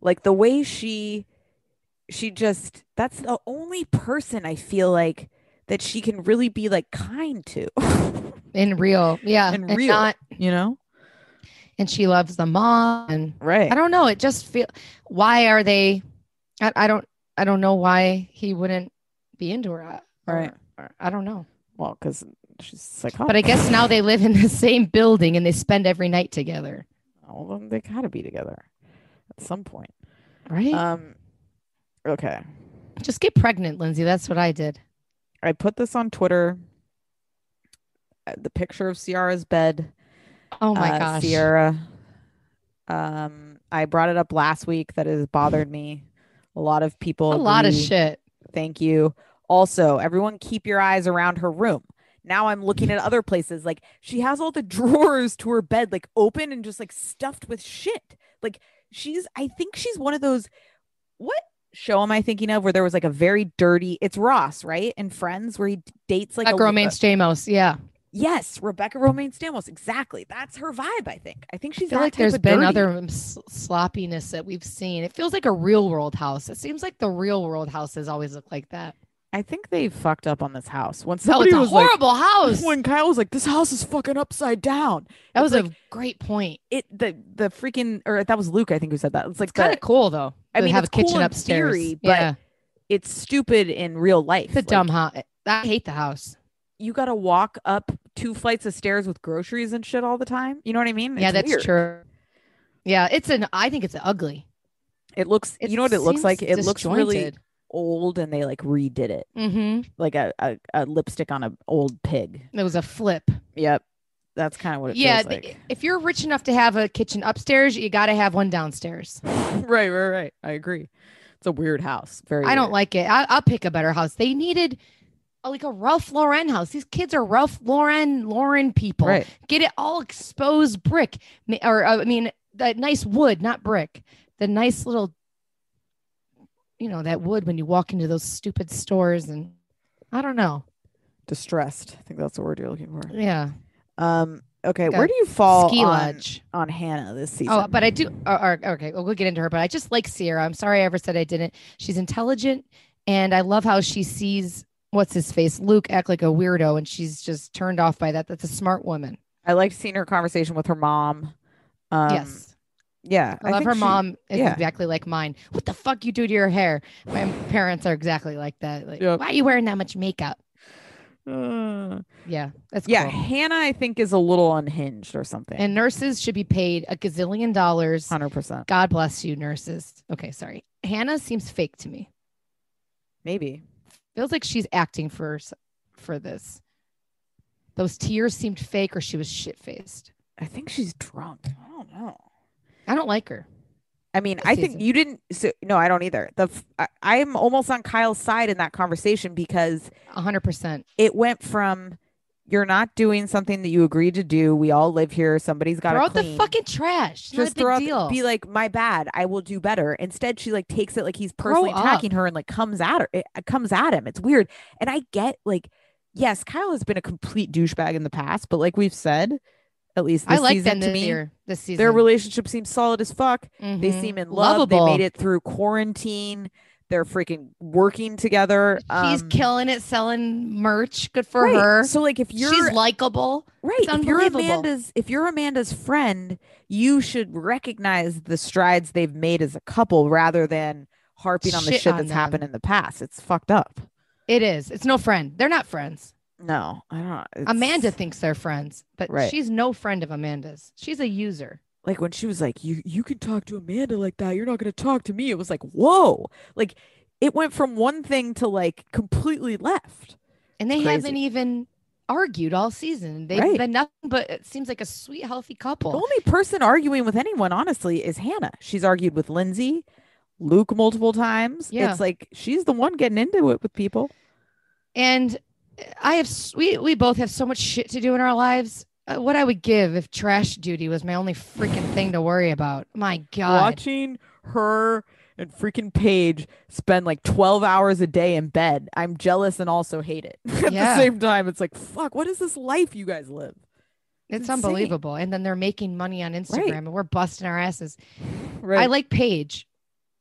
Speaker 4: Like the way she she just that's the only person I feel like that she can really be like kind to.
Speaker 2: In real, yeah,
Speaker 4: In
Speaker 2: and
Speaker 4: real.
Speaker 2: not-
Speaker 4: you know?
Speaker 2: and she loves the mom. And
Speaker 4: Right.
Speaker 2: I don't know. It just feel. Why are they? I, I don't. I don't know why he wouldn't be into her. I- or-
Speaker 4: Right.
Speaker 2: or- I don't know.
Speaker 4: Well, cuz she's psychotic.
Speaker 2: Oh. But I guess now they live in the same building and they spend every night together.
Speaker 4: all of them they got to be together at some point.
Speaker 2: Right?
Speaker 4: Um okay.
Speaker 2: Uh, Just get pregnant, Lindsay. That's what I did.
Speaker 4: I put this on Twitter. uh, The picture of Ciara's bed.
Speaker 2: Oh my
Speaker 4: uh,
Speaker 2: gosh.
Speaker 4: Sierra. Um, I brought it up last week. That has bothered me. A lot of people.
Speaker 2: A lot of
Speaker 4: agree.
Speaker 2: shit.
Speaker 4: Thank you. Also, everyone, keep your eyes around her room. Now I'm looking at other places. Like she has all the drawers to her bed like open and just like stuffed with shit. Like she's. I think she's one of those. What show am I thinking of where there was like a very dirty? It's Ross, right? And Friends, where he d- dates like
Speaker 2: Like
Speaker 4: a- uh,
Speaker 2: romance Jamos. Yeah.
Speaker 4: Yes, Rebecca Romaine Stamos. Exactly. That's her vibe, I think. I think
Speaker 2: I
Speaker 4: she's
Speaker 2: feel
Speaker 4: that
Speaker 2: like
Speaker 4: type
Speaker 2: there's
Speaker 4: of
Speaker 2: been
Speaker 4: dirty.
Speaker 2: other um, s- sloppiness that we've seen. It feels like a real world house. It seems like the real world houses always look like that.
Speaker 4: I think they fucked up on this house. When
Speaker 2: No,
Speaker 4: somebody
Speaker 2: it's a
Speaker 4: was like
Speaker 2: horrible house.
Speaker 4: when Kyle was like, This house is fucking upside down.
Speaker 2: That was
Speaker 4: it's
Speaker 2: a great point.
Speaker 4: It the the freaking or that was Luke, I think, who said that. It's like
Speaker 2: It's kind
Speaker 4: the,
Speaker 2: of cool though.
Speaker 4: I
Speaker 2: to
Speaker 4: mean,
Speaker 2: have
Speaker 4: it's
Speaker 2: a kitchen
Speaker 4: cool in
Speaker 2: upstairs.
Speaker 4: theory, but
Speaker 2: yeah,
Speaker 4: it's stupid in real life.
Speaker 2: it's a
Speaker 4: Like,
Speaker 2: dumb house. I hate the house.
Speaker 4: You gotta walk up two flights of stairs with groceries and shit all the time. You know what I mean?
Speaker 2: yeah,
Speaker 4: It's
Speaker 2: that's
Speaker 4: weird.
Speaker 2: true. Yeah, it's an. I think it's ugly.
Speaker 4: It looks
Speaker 2: It
Speaker 4: you know what it looks
Speaker 2: seems
Speaker 4: like? It looks really old and they like redid it.
Speaker 2: Mm-hmm.
Speaker 4: Like a, a, a lipstick on an old pig.
Speaker 2: It was a flip.
Speaker 4: Yep. That's kind of what it
Speaker 2: yeah,
Speaker 4: feels
Speaker 2: th-
Speaker 4: like.
Speaker 2: if you're rich enough to have a kitchen upstairs, you got to have one downstairs.
Speaker 4: right, right, right. I agree. It's a weird house. Very
Speaker 2: I don't
Speaker 4: weird.
Speaker 2: like it. I- I'll pick a better house. They needed a, like a Ralph Lauren house. These kids are Ralph Lauren Lauren people.
Speaker 4: right.
Speaker 2: Get it all exposed brick, ma- or uh, I mean, that nice wood, not brick. The nice little, you know, that wood when you walk into those stupid stores and. I don't know.
Speaker 4: Distressed. I think that's the word you're looking for.
Speaker 2: Yeah.
Speaker 4: Um okay,
Speaker 2: Like
Speaker 4: where
Speaker 2: a
Speaker 4: do you fall
Speaker 2: Ski
Speaker 4: on,
Speaker 2: lodge.
Speaker 4: on Hannah this season?
Speaker 2: Oh, but I do. Or, or, okay, well, we'll get into her. But I just like Sierra. I'm sorry I ever said I didn't. She's intelligent, and I love how she sees what's his face, Luke, act like a weirdo, and she's just turned off by that. That's a smart woman.
Speaker 4: I liked seeing her conversation with her mom. Um
Speaker 2: yes,
Speaker 4: Yeah.
Speaker 2: I love
Speaker 4: think
Speaker 2: her
Speaker 4: she-
Speaker 2: mom. Is
Speaker 4: yeah.
Speaker 2: exactly like mine. What the fuck you do to your hair? My parents are exactly like that. Like,
Speaker 4: Yep.
Speaker 2: why are you wearing that much makeup?
Speaker 3: Uh,
Speaker 2: Yeah, that's
Speaker 3: yeah,
Speaker 2: cool.
Speaker 3: Hannah, I think is a little unhinged or something.
Speaker 2: And nurses should be paid a gazillion dollars.
Speaker 3: hundred percent,
Speaker 2: God bless you, nurses. Okay, sorry. Hannah seems fake to me.
Speaker 3: maybe.
Speaker 2: Feels like she's acting for s- for this. Those tears seemed fake, or she was shit faced.
Speaker 3: I think she's drunk. I don't know.
Speaker 2: I don't like her.
Speaker 4: I mean,
Speaker 2: This
Speaker 4: I think
Speaker 2: season.
Speaker 4: you didn't. So, no, I don't either. The f- I, I'm almost on Kyle's side in that conversation because
Speaker 2: A hundred percent.
Speaker 4: it went from you're not doing something that you agreed to do. We all live here. Somebody's got
Speaker 2: Throw
Speaker 4: to
Speaker 2: out
Speaker 4: clean.
Speaker 2: the fucking trash. It's
Speaker 4: just
Speaker 2: not
Speaker 4: throw
Speaker 2: a
Speaker 4: out
Speaker 2: big
Speaker 4: the-
Speaker 2: deal.
Speaker 4: be like, my bad. I will do better. Instead, she like takes it like he's personally
Speaker 2: up.
Speaker 4: attacking her and like comes at her. It it comes at him. It's weird. And I get like, yes, Kyle has been a complete douchebag in the past, but like we've said, at least
Speaker 2: I
Speaker 4: this
Speaker 2: like
Speaker 4: season
Speaker 2: them
Speaker 4: to
Speaker 2: this
Speaker 4: me,
Speaker 2: year. This season,
Speaker 4: their relationship seems solid as fuck. They
Speaker 2: Mhm.
Speaker 4: seem in love.
Speaker 2: Lovable.
Speaker 4: They made it through quarantine. They're freaking working together.
Speaker 2: She's
Speaker 4: Um,
Speaker 2: killing it, selling merch. Good for
Speaker 4: right.
Speaker 2: her.
Speaker 4: So like if you're
Speaker 2: She's likable.
Speaker 4: right,
Speaker 2: it's
Speaker 4: if you're
Speaker 2: unbelievable.
Speaker 4: Amanda's if you're Amanda's friend, you should recognize the strides they've made as a couple rather than harping on the
Speaker 2: Shit
Speaker 4: shit,
Speaker 2: on
Speaker 4: that's happened
Speaker 2: them.
Speaker 4: in the past. It's fucked up.
Speaker 2: It is. It's no friend. They're not friends.
Speaker 4: No, I don't. it's-
Speaker 2: Amanda thinks they're friends, but
Speaker 4: Right.
Speaker 2: she's no friend of Amanda's. She's a user.
Speaker 4: like when she was like, "You you can talk to Amanda like that. You're not gonna talk to me." It was like, "Whoa!" Like it went from one thing to like completely left.
Speaker 2: And they
Speaker 4: It's crazy.
Speaker 2: haven't even argued all season. They've
Speaker 4: Right.
Speaker 2: been nothing but it seems like a sweet, healthy couple.
Speaker 4: The only person arguing with anyone, honestly, is Hannah. She's argued with Lindsay, Luke multiple times.
Speaker 2: Yeah.
Speaker 4: It's like she's the one getting into it with people.
Speaker 2: And I have s- we we both have so much shit to do in our lives. Uh, what I would give if trash duty was my only freaking thing to worry about. My God.
Speaker 3: Watching her and freaking Paige spend like twelve hours a day in bed, I'm jealous and also hate it. At
Speaker 2: Yeah.
Speaker 3: the same time, it's like, fuck, what is this life you guys live?
Speaker 2: It's
Speaker 4: insane.
Speaker 2: unbelievable. And then they're making money on Instagram
Speaker 4: Right.
Speaker 2: and we're busting our asses.
Speaker 3: Right?
Speaker 2: I like Paige.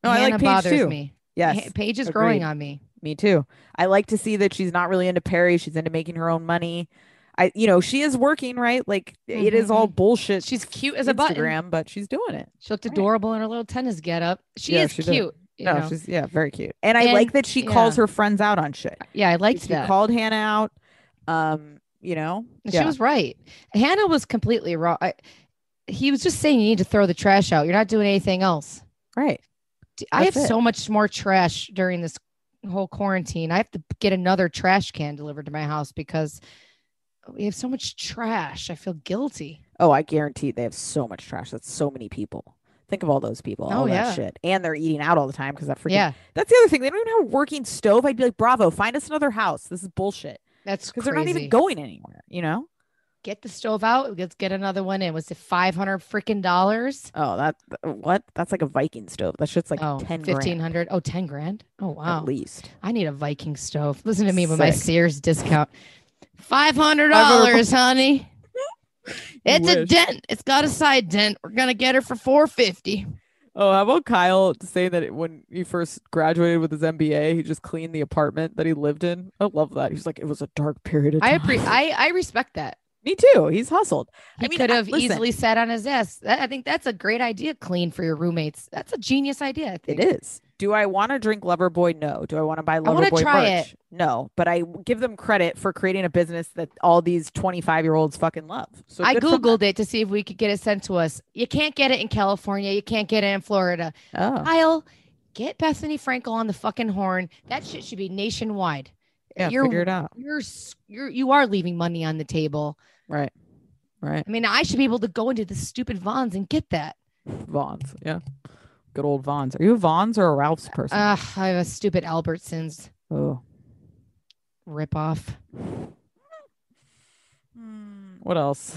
Speaker 4: No, I
Speaker 2: Hannah
Speaker 4: like Paige
Speaker 2: bothers
Speaker 4: too.
Speaker 2: me.
Speaker 4: Yes,
Speaker 2: Ha- Paige is growing
Speaker 4: agreed.
Speaker 2: on me.
Speaker 4: me too. I like to see that she's not really into Perry. She's into making her own money. I, you know, she is working right. Like it is all bullshit.
Speaker 2: Mm-hmm. She's cute as a button.
Speaker 4: Instagram, but she's doing it.
Speaker 2: She looked
Speaker 4: Right.
Speaker 2: adorable in her little tennis getup. She
Speaker 4: Yeah,
Speaker 2: is
Speaker 4: she did.
Speaker 2: cute. you
Speaker 4: No,
Speaker 2: know?
Speaker 4: she's yeah, very cute. And I like
Speaker 2: And-
Speaker 4: that she calls
Speaker 2: yeah.
Speaker 4: her friends out on shit.
Speaker 2: yeah, I liked
Speaker 4: She
Speaker 2: that.
Speaker 4: called Hannah out. Um, you know,
Speaker 2: And
Speaker 4: yeah.
Speaker 2: She was right. Hannah was completely wrong. I, he was just saying you need to throw the trash out. You're not doing anything else.
Speaker 4: right.
Speaker 2: D- I have
Speaker 4: That's it.
Speaker 2: so much more trash during this whole quarantine. I have to get another trash can delivered to my house because we have so much trash. I feel guilty.
Speaker 4: Oh, I guarantee they have so much trash. That's so many people. Think of all those people,
Speaker 2: Oh,
Speaker 4: all
Speaker 2: yeah.
Speaker 4: that shit, and they're eating out all the time because that freaking.
Speaker 2: Yeah,
Speaker 4: That's the other thing. They don't even have a working stove. I'd be like, "Bravo, find us another house. This is bullshit."
Speaker 2: that's
Speaker 4: Because
Speaker 2: crazy.
Speaker 4: they're not even going anywhere. You know?
Speaker 2: get the stove out. Let's get another one in. Was it five hundred freaking dollars?
Speaker 4: Oh, that th- what? That's like a Viking stove. That shit's like
Speaker 2: oh,
Speaker 4: ten
Speaker 2: fifteen
Speaker 4: grand
Speaker 2: hundred. Oh, 10 grand. Oh wow.
Speaker 4: at least.
Speaker 2: I need a Viking stove. Listen to me with my
Speaker 4: Sick.
Speaker 2: Sears discount. Five hundred dollars, honey. It's a
Speaker 3: wish.
Speaker 2: dent. It's got a side dent. We're gonna get her for four fifty.
Speaker 3: Oh, how about Kyle saying that it- when he first graduated with his MBA, he just cleaned the apartment that he lived in? I love that. He's like, it was a dark period of
Speaker 2: I
Speaker 3: time.
Speaker 2: appreciate. I I respect that.
Speaker 4: Me too. He's hustled.
Speaker 2: He
Speaker 4: I mean,
Speaker 2: could
Speaker 4: I-
Speaker 2: have
Speaker 4: listen.
Speaker 2: easily sat on his ass. That- I think that's a great idea. Clean for your roommates. That's a genius idea. I think.
Speaker 4: It is. Do I want to drink Loverboy? No. Do I want to buy
Speaker 2: wanna
Speaker 4: Loverboy
Speaker 2: try it.
Speaker 4: merch? No. But I w- give them credit for creating a business that all these 25 year olds fucking love. So
Speaker 2: I
Speaker 4: good for them.
Speaker 2: googled it to see if we could get it sent to us. You can't get it in California. You can't get it in Florida.
Speaker 4: Oh.
Speaker 2: Kyle, get Bethany Frankel on the fucking horn. That shit should be nationwide.
Speaker 4: yeah,
Speaker 2: you're-
Speaker 4: figure it out.
Speaker 2: You're s- you're you are leaving money on the table.
Speaker 4: Right. Right.
Speaker 2: I mean, I should be able to go into the stupid Vons and get that.
Speaker 4: Vons. Yeah. Good old Vons. Are you a Vons or a
Speaker 2: Uh,
Speaker 4: Ralph's person?
Speaker 2: Ugh, I have a stupid Albertsons
Speaker 4: oh.
Speaker 2: ripoff.
Speaker 4: What else?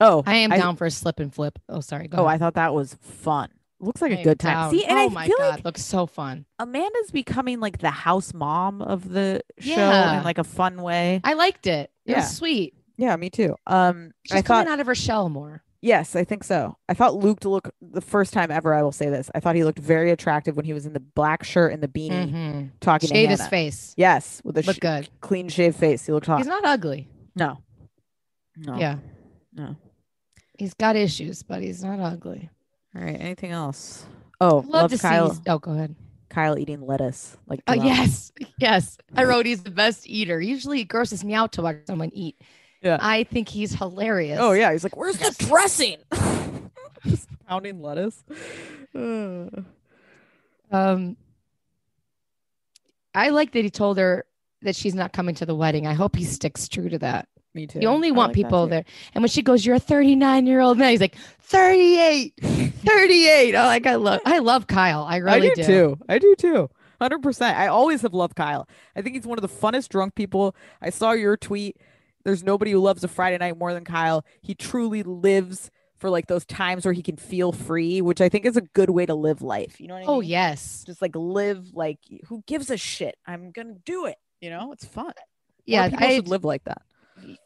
Speaker 4: Oh,
Speaker 2: I am
Speaker 4: I-
Speaker 2: down for a slip and flip. Oh, sorry. Go
Speaker 4: oh,
Speaker 2: ahead.
Speaker 4: I thought that was fun. Looks like
Speaker 2: I
Speaker 4: a
Speaker 2: am
Speaker 4: good time.
Speaker 2: down.
Speaker 4: See, and
Speaker 2: oh
Speaker 4: I
Speaker 2: my
Speaker 4: feel
Speaker 2: god,
Speaker 4: like
Speaker 2: looks so fun.
Speaker 4: Amanda's becoming like the house mom of the show
Speaker 2: Yeah.
Speaker 4: in like a fun way.
Speaker 2: I liked it. It
Speaker 4: Yeah.
Speaker 2: was sweet.
Speaker 4: Yeah, me too. Um,
Speaker 2: She's
Speaker 4: I
Speaker 2: coming
Speaker 4: thought
Speaker 2: out of her shell more.
Speaker 4: yes, I think so. I thought Luke to look the first time ever. I will say this. I thought he looked very attractive when he was in the black shirt and the beanie
Speaker 2: Mhm.
Speaker 4: talking
Speaker 2: Shave
Speaker 4: to
Speaker 2: his
Speaker 4: Hannah.
Speaker 2: face.
Speaker 4: Yes, with a
Speaker 2: Look
Speaker 4: sh-
Speaker 2: good.
Speaker 4: clean shaved face. He looked hot.
Speaker 2: He's not ugly.
Speaker 4: no, no.
Speaker 2: Yeah.
Speaker 4: No.
Speaker 2: He's got issues, but he's not ugly.
Speaker 4: All right. Anything else? Oh,
Speaker 2: I'd
Speaker 4: love,
Speaker 2: love, to
Speaker 4: Kyle.
Speaker 2: see. Oh, go ahead.
Speaker 4: Kyle eating lettuce. Like,
Speaker 2: Uh,
Speaker 4: throughout.
Speaker 2: yes, yes. I wrote he's the best eater. Usually it grosses me out to watch someone eat.
Speaker 3: Yeah.
Speaker 2: I think he's hilarious.
Speaker 3: Oh yeah, he's like, where's
Speaker 4: Yes.
Speaker 3: the dressing? Just pounding lettuce. Uh,
Speaker 2: Um, I like that he told her that she's not coming to the wedding. I hope he sticks true to that.
Speaker 3: me too.
Speaker 2: You only
Speaker 4: I
Speaker 2: want
Speaker 4: like that
Speaker 2: people
Speaker 4: too.
Speaker 2: there. And when she goes, you're a 39 year old man. He's like 38, 38. Oh, like I love, I love Kyle. I really
Speaker 3: I do, too. I do too. Hundred percent. I always have loved Kyle. I think he's one of the funnest drunk people. I saw your tweet. There's nobody who loves a Friday night more than Kyle. He truly lives for like those times where he can feel free, which I think is a good way to live life. You know what I mean?
Speaker 2: Oh yes,
Speaker 3: Just like live like who gives a shit? I'm gonna do it. You know, it's fun. More
Speaker 2: yeah.
Speaker 3: people
Speaker 2: I,
Speaker 3: should live like that.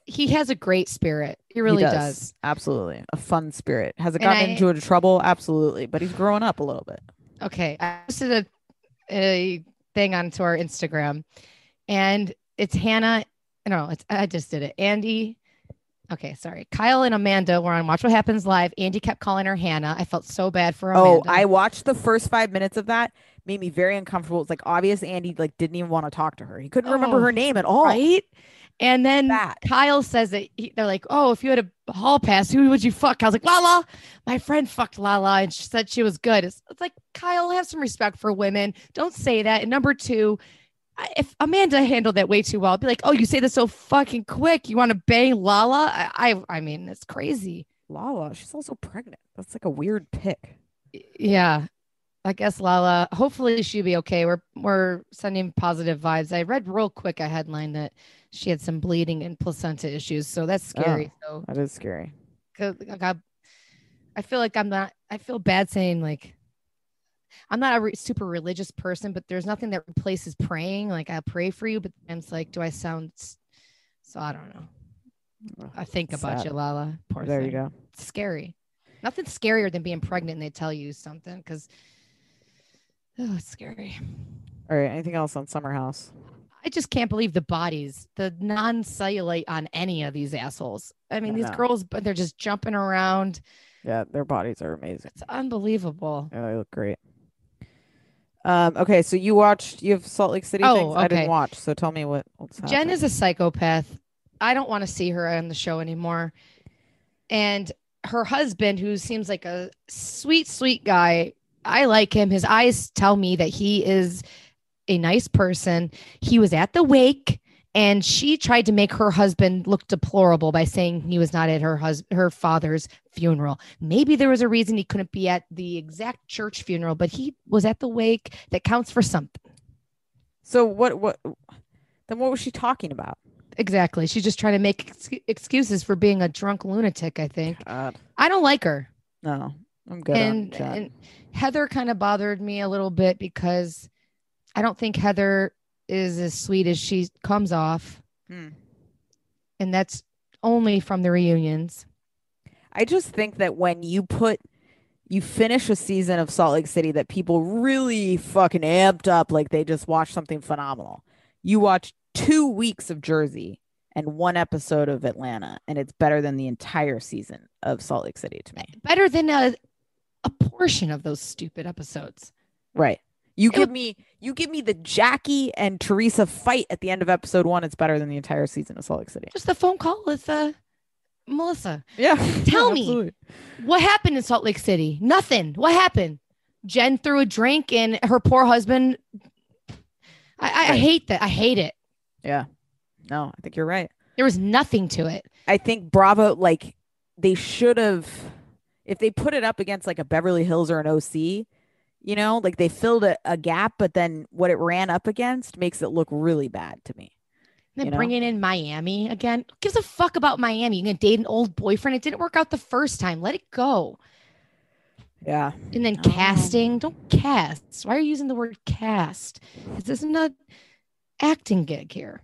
Speaker 2: he has a great spirit. He really
Speaker 3: does.
Speaker 2: does.
Speaker 3: Absolutely, a fun spirit. Has it
Speaker 2: And
Speaker 3: gotten
Speaker 2: I-
Speaker 3: into into trouble? Absolutely, but he's growing up a little bit.
Speaker 2: Okay, I posted a, a thing onto our Instagram, and it's Hannah. No, it's I just did it. Andy. Okay, sorry. Kyle and Amanda were on Watch What Happens Live. Andy kept calling her Hannah. I felt so bad for Amanda.
Speaker 4: Oh,
Speaker 2: I
Speaker 4: I watched the first five minutes of that. Made me very uncomfortable. It's like obvious Andy like didn't even want to talk to her. He couldn't remember
Speaker 2: Oh,
Speaker 4: her name at all.
Speaker 2: right. And then
Speaker 4: That.
Speaker 2: Kyle says that he, they're like, "Oh, if you had a hall pass, who would you fuck?" I was like, "Lala, my friend fucked Lala, and she said she was good." It's, it's like Kyle, have some respect for women. Don't say that. And number two, I- if Amanda handled that way too well, I'd be like, "Oh, you say this so fucking quick. You want to bang Lala?" I, I, I mean, it's crazy.
Speaker 4: Lala, she's also pregnant. That's like a weird pick.
Speaker 2: Yeah, I guess Lala. Hopefully, she'll be okay. We're we're sending positive vibes. I read real quick a headline that she had some bleeding and placenta issues, so that's scary. So.
Speaker 4: That is scary.
Speaker 2: 'cause, like I, I feel like I'm not. I feel bad saying like I'm not a re- super religious person, but there's nothing that replaces praying. Like I pray for you, but then it's like, do I sound? s- So I don't know.
Speaker 4: Ugh,
Speaker 2: I think about
Speaker 4: sad.
Speaker 2: you, Lala. Poor
Speaker 4: There you
Speaker 2: thing.
Speaker 4: go.
Speaker 2: It's scary. Nothing scarier than being pregnant and they tell you something because oh, it's scary.
Speaker 4: All right. Anything else on Summer House?
Speaker 2: I just can't believe the bodies, the non-cellulite on any of these assholes. I mean,
Speaker 4: I
Speaker 2: these
Speaker 4: know.
Speaker 2: girls, but they're just jumping around.
Speaker 4: Yeah, their bodies are amazing.
Speaker 2: It's unbelievable.
Speaker 4: Yeah, they look great. Um, okay, so you watched you have Salt Lake City
Speaker 2: Oh,
Speaker 4: things. I didn't
Speaker 2: okay.
Speaker 4: watch, so tell me what what's
Speaker 2: Jen
Speaker 4: happening.
Speaker 2: is a psychopath. I don't want to see her on the show anymore. And her husband, who seems like a sweet, sweet guy, I like him. His eyes tell me that he is a nice person. He was at the wake and she tried to make her husband look deplorable by saying he was not at her hus- her father's funeral. Maybe there was a reason he couldn't be at the exact church funeral, but he was at the wake that counts for something.
Speaker 4: so what what then what was she talking about?
Speaker 2: Exactly. She's just trying to make ex- excuses for being a drunk lunatic, I think.
Speaker 4: God.
Speaker 2: I don't like her.
Speaker 4: No. I'm good on
Speaker 2: And-
Speaker 4: Jen.
Speaker 2: and- Heather kind of bothered me a little bit because I don't think Heather is as sweet as she comes off.
Speaker 4: Hmm.
Speaker 2: And that's only from the reunions.
Speaker 4: I just think that when you put you finish a season of Salt Lake City that people really fucking amped up like they just watched something phenomenal. You watch 2 weeks of Jersey and one episode of Atlanta and it's better than the entire season of Salt Lake City to me.
Speaker 2: Better than a, a portion of those stupid episodes.
Speaker 4: Right. You
Speaker 2: It would-
Speaker 4: give me you give me the Jackie and Teresa fight at the end of episode 1 it's better than the entire season of Salt Lake City.
Speaker 2: Just the phone call with uh, Melissa.
Speaker 3: Yeah.
Speaker 2: Tell me.
Speaker 3: absolutely.
Speaker 2: What happened in Salt Lake City? Nothing. What happened? Jen threw a drink and her poor husband. I, I, I
Speaker 4: Right.
Speaker 2: hate that. I hate it.
Speaker 4: No, I think you're right.
Speaker 2: There was nothing to it.
Speaker 4: I think Bravo, like they should have, if they put it up against like a Beverly Hills or an OC, you know, like they filled a, a gap, but then what it ran up against makes it look really bad to me.
Speaker 2: And
Speaker 4: You
Speaker 2: then
Speaker 4: know?
Speaker 2: bringing in Miami again. Who gives a fuck about Miami? You're gonna date an old boyfriend. It didn't work out the first time. Let it go.
Speaker 4: Yeah.
Speaker 2: And then
Speaker 4: Oh.
Speaker 2: casting. Don't cast. Why are you using the word cast? This isn't a acting gig here.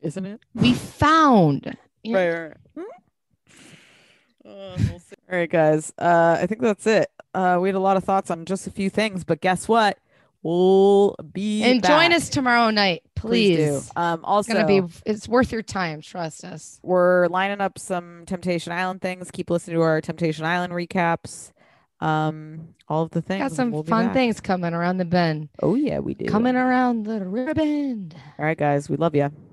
Speaker 3: Isn't it?
Speaker 2: We found. You're-
Speaker 4: Hmm?
Speaker 2: Uh,
Speaker 4: All right, guys. Uh, I think that's it. Uh, we had a lot of thoughts on just a few things, but guess what? We'll be
Speaker 2: And
Speaker 4: back.
Speaker 2: join us tomorrow night, please.
Speaker 4: do. Um,
Speaker 2: It's
Speaker 4: also,
Speaker 2: gonna be. It's worth your time. Trust us.
Speaker 4: we're lining up some Temptation Island things. Keep listening to our Temptation Island recaps. Um, all of the things.
Speaker 2: Got some
Speaker 4: We'll be
Speaker 2: fun
Speaker 4: back.
Speaker 2: things coming around the bend.
Speaker 4: Oh yeah, we do.
Speaker 2: Coming around the ribbon.
Speaker 4: All right, guys, we love you.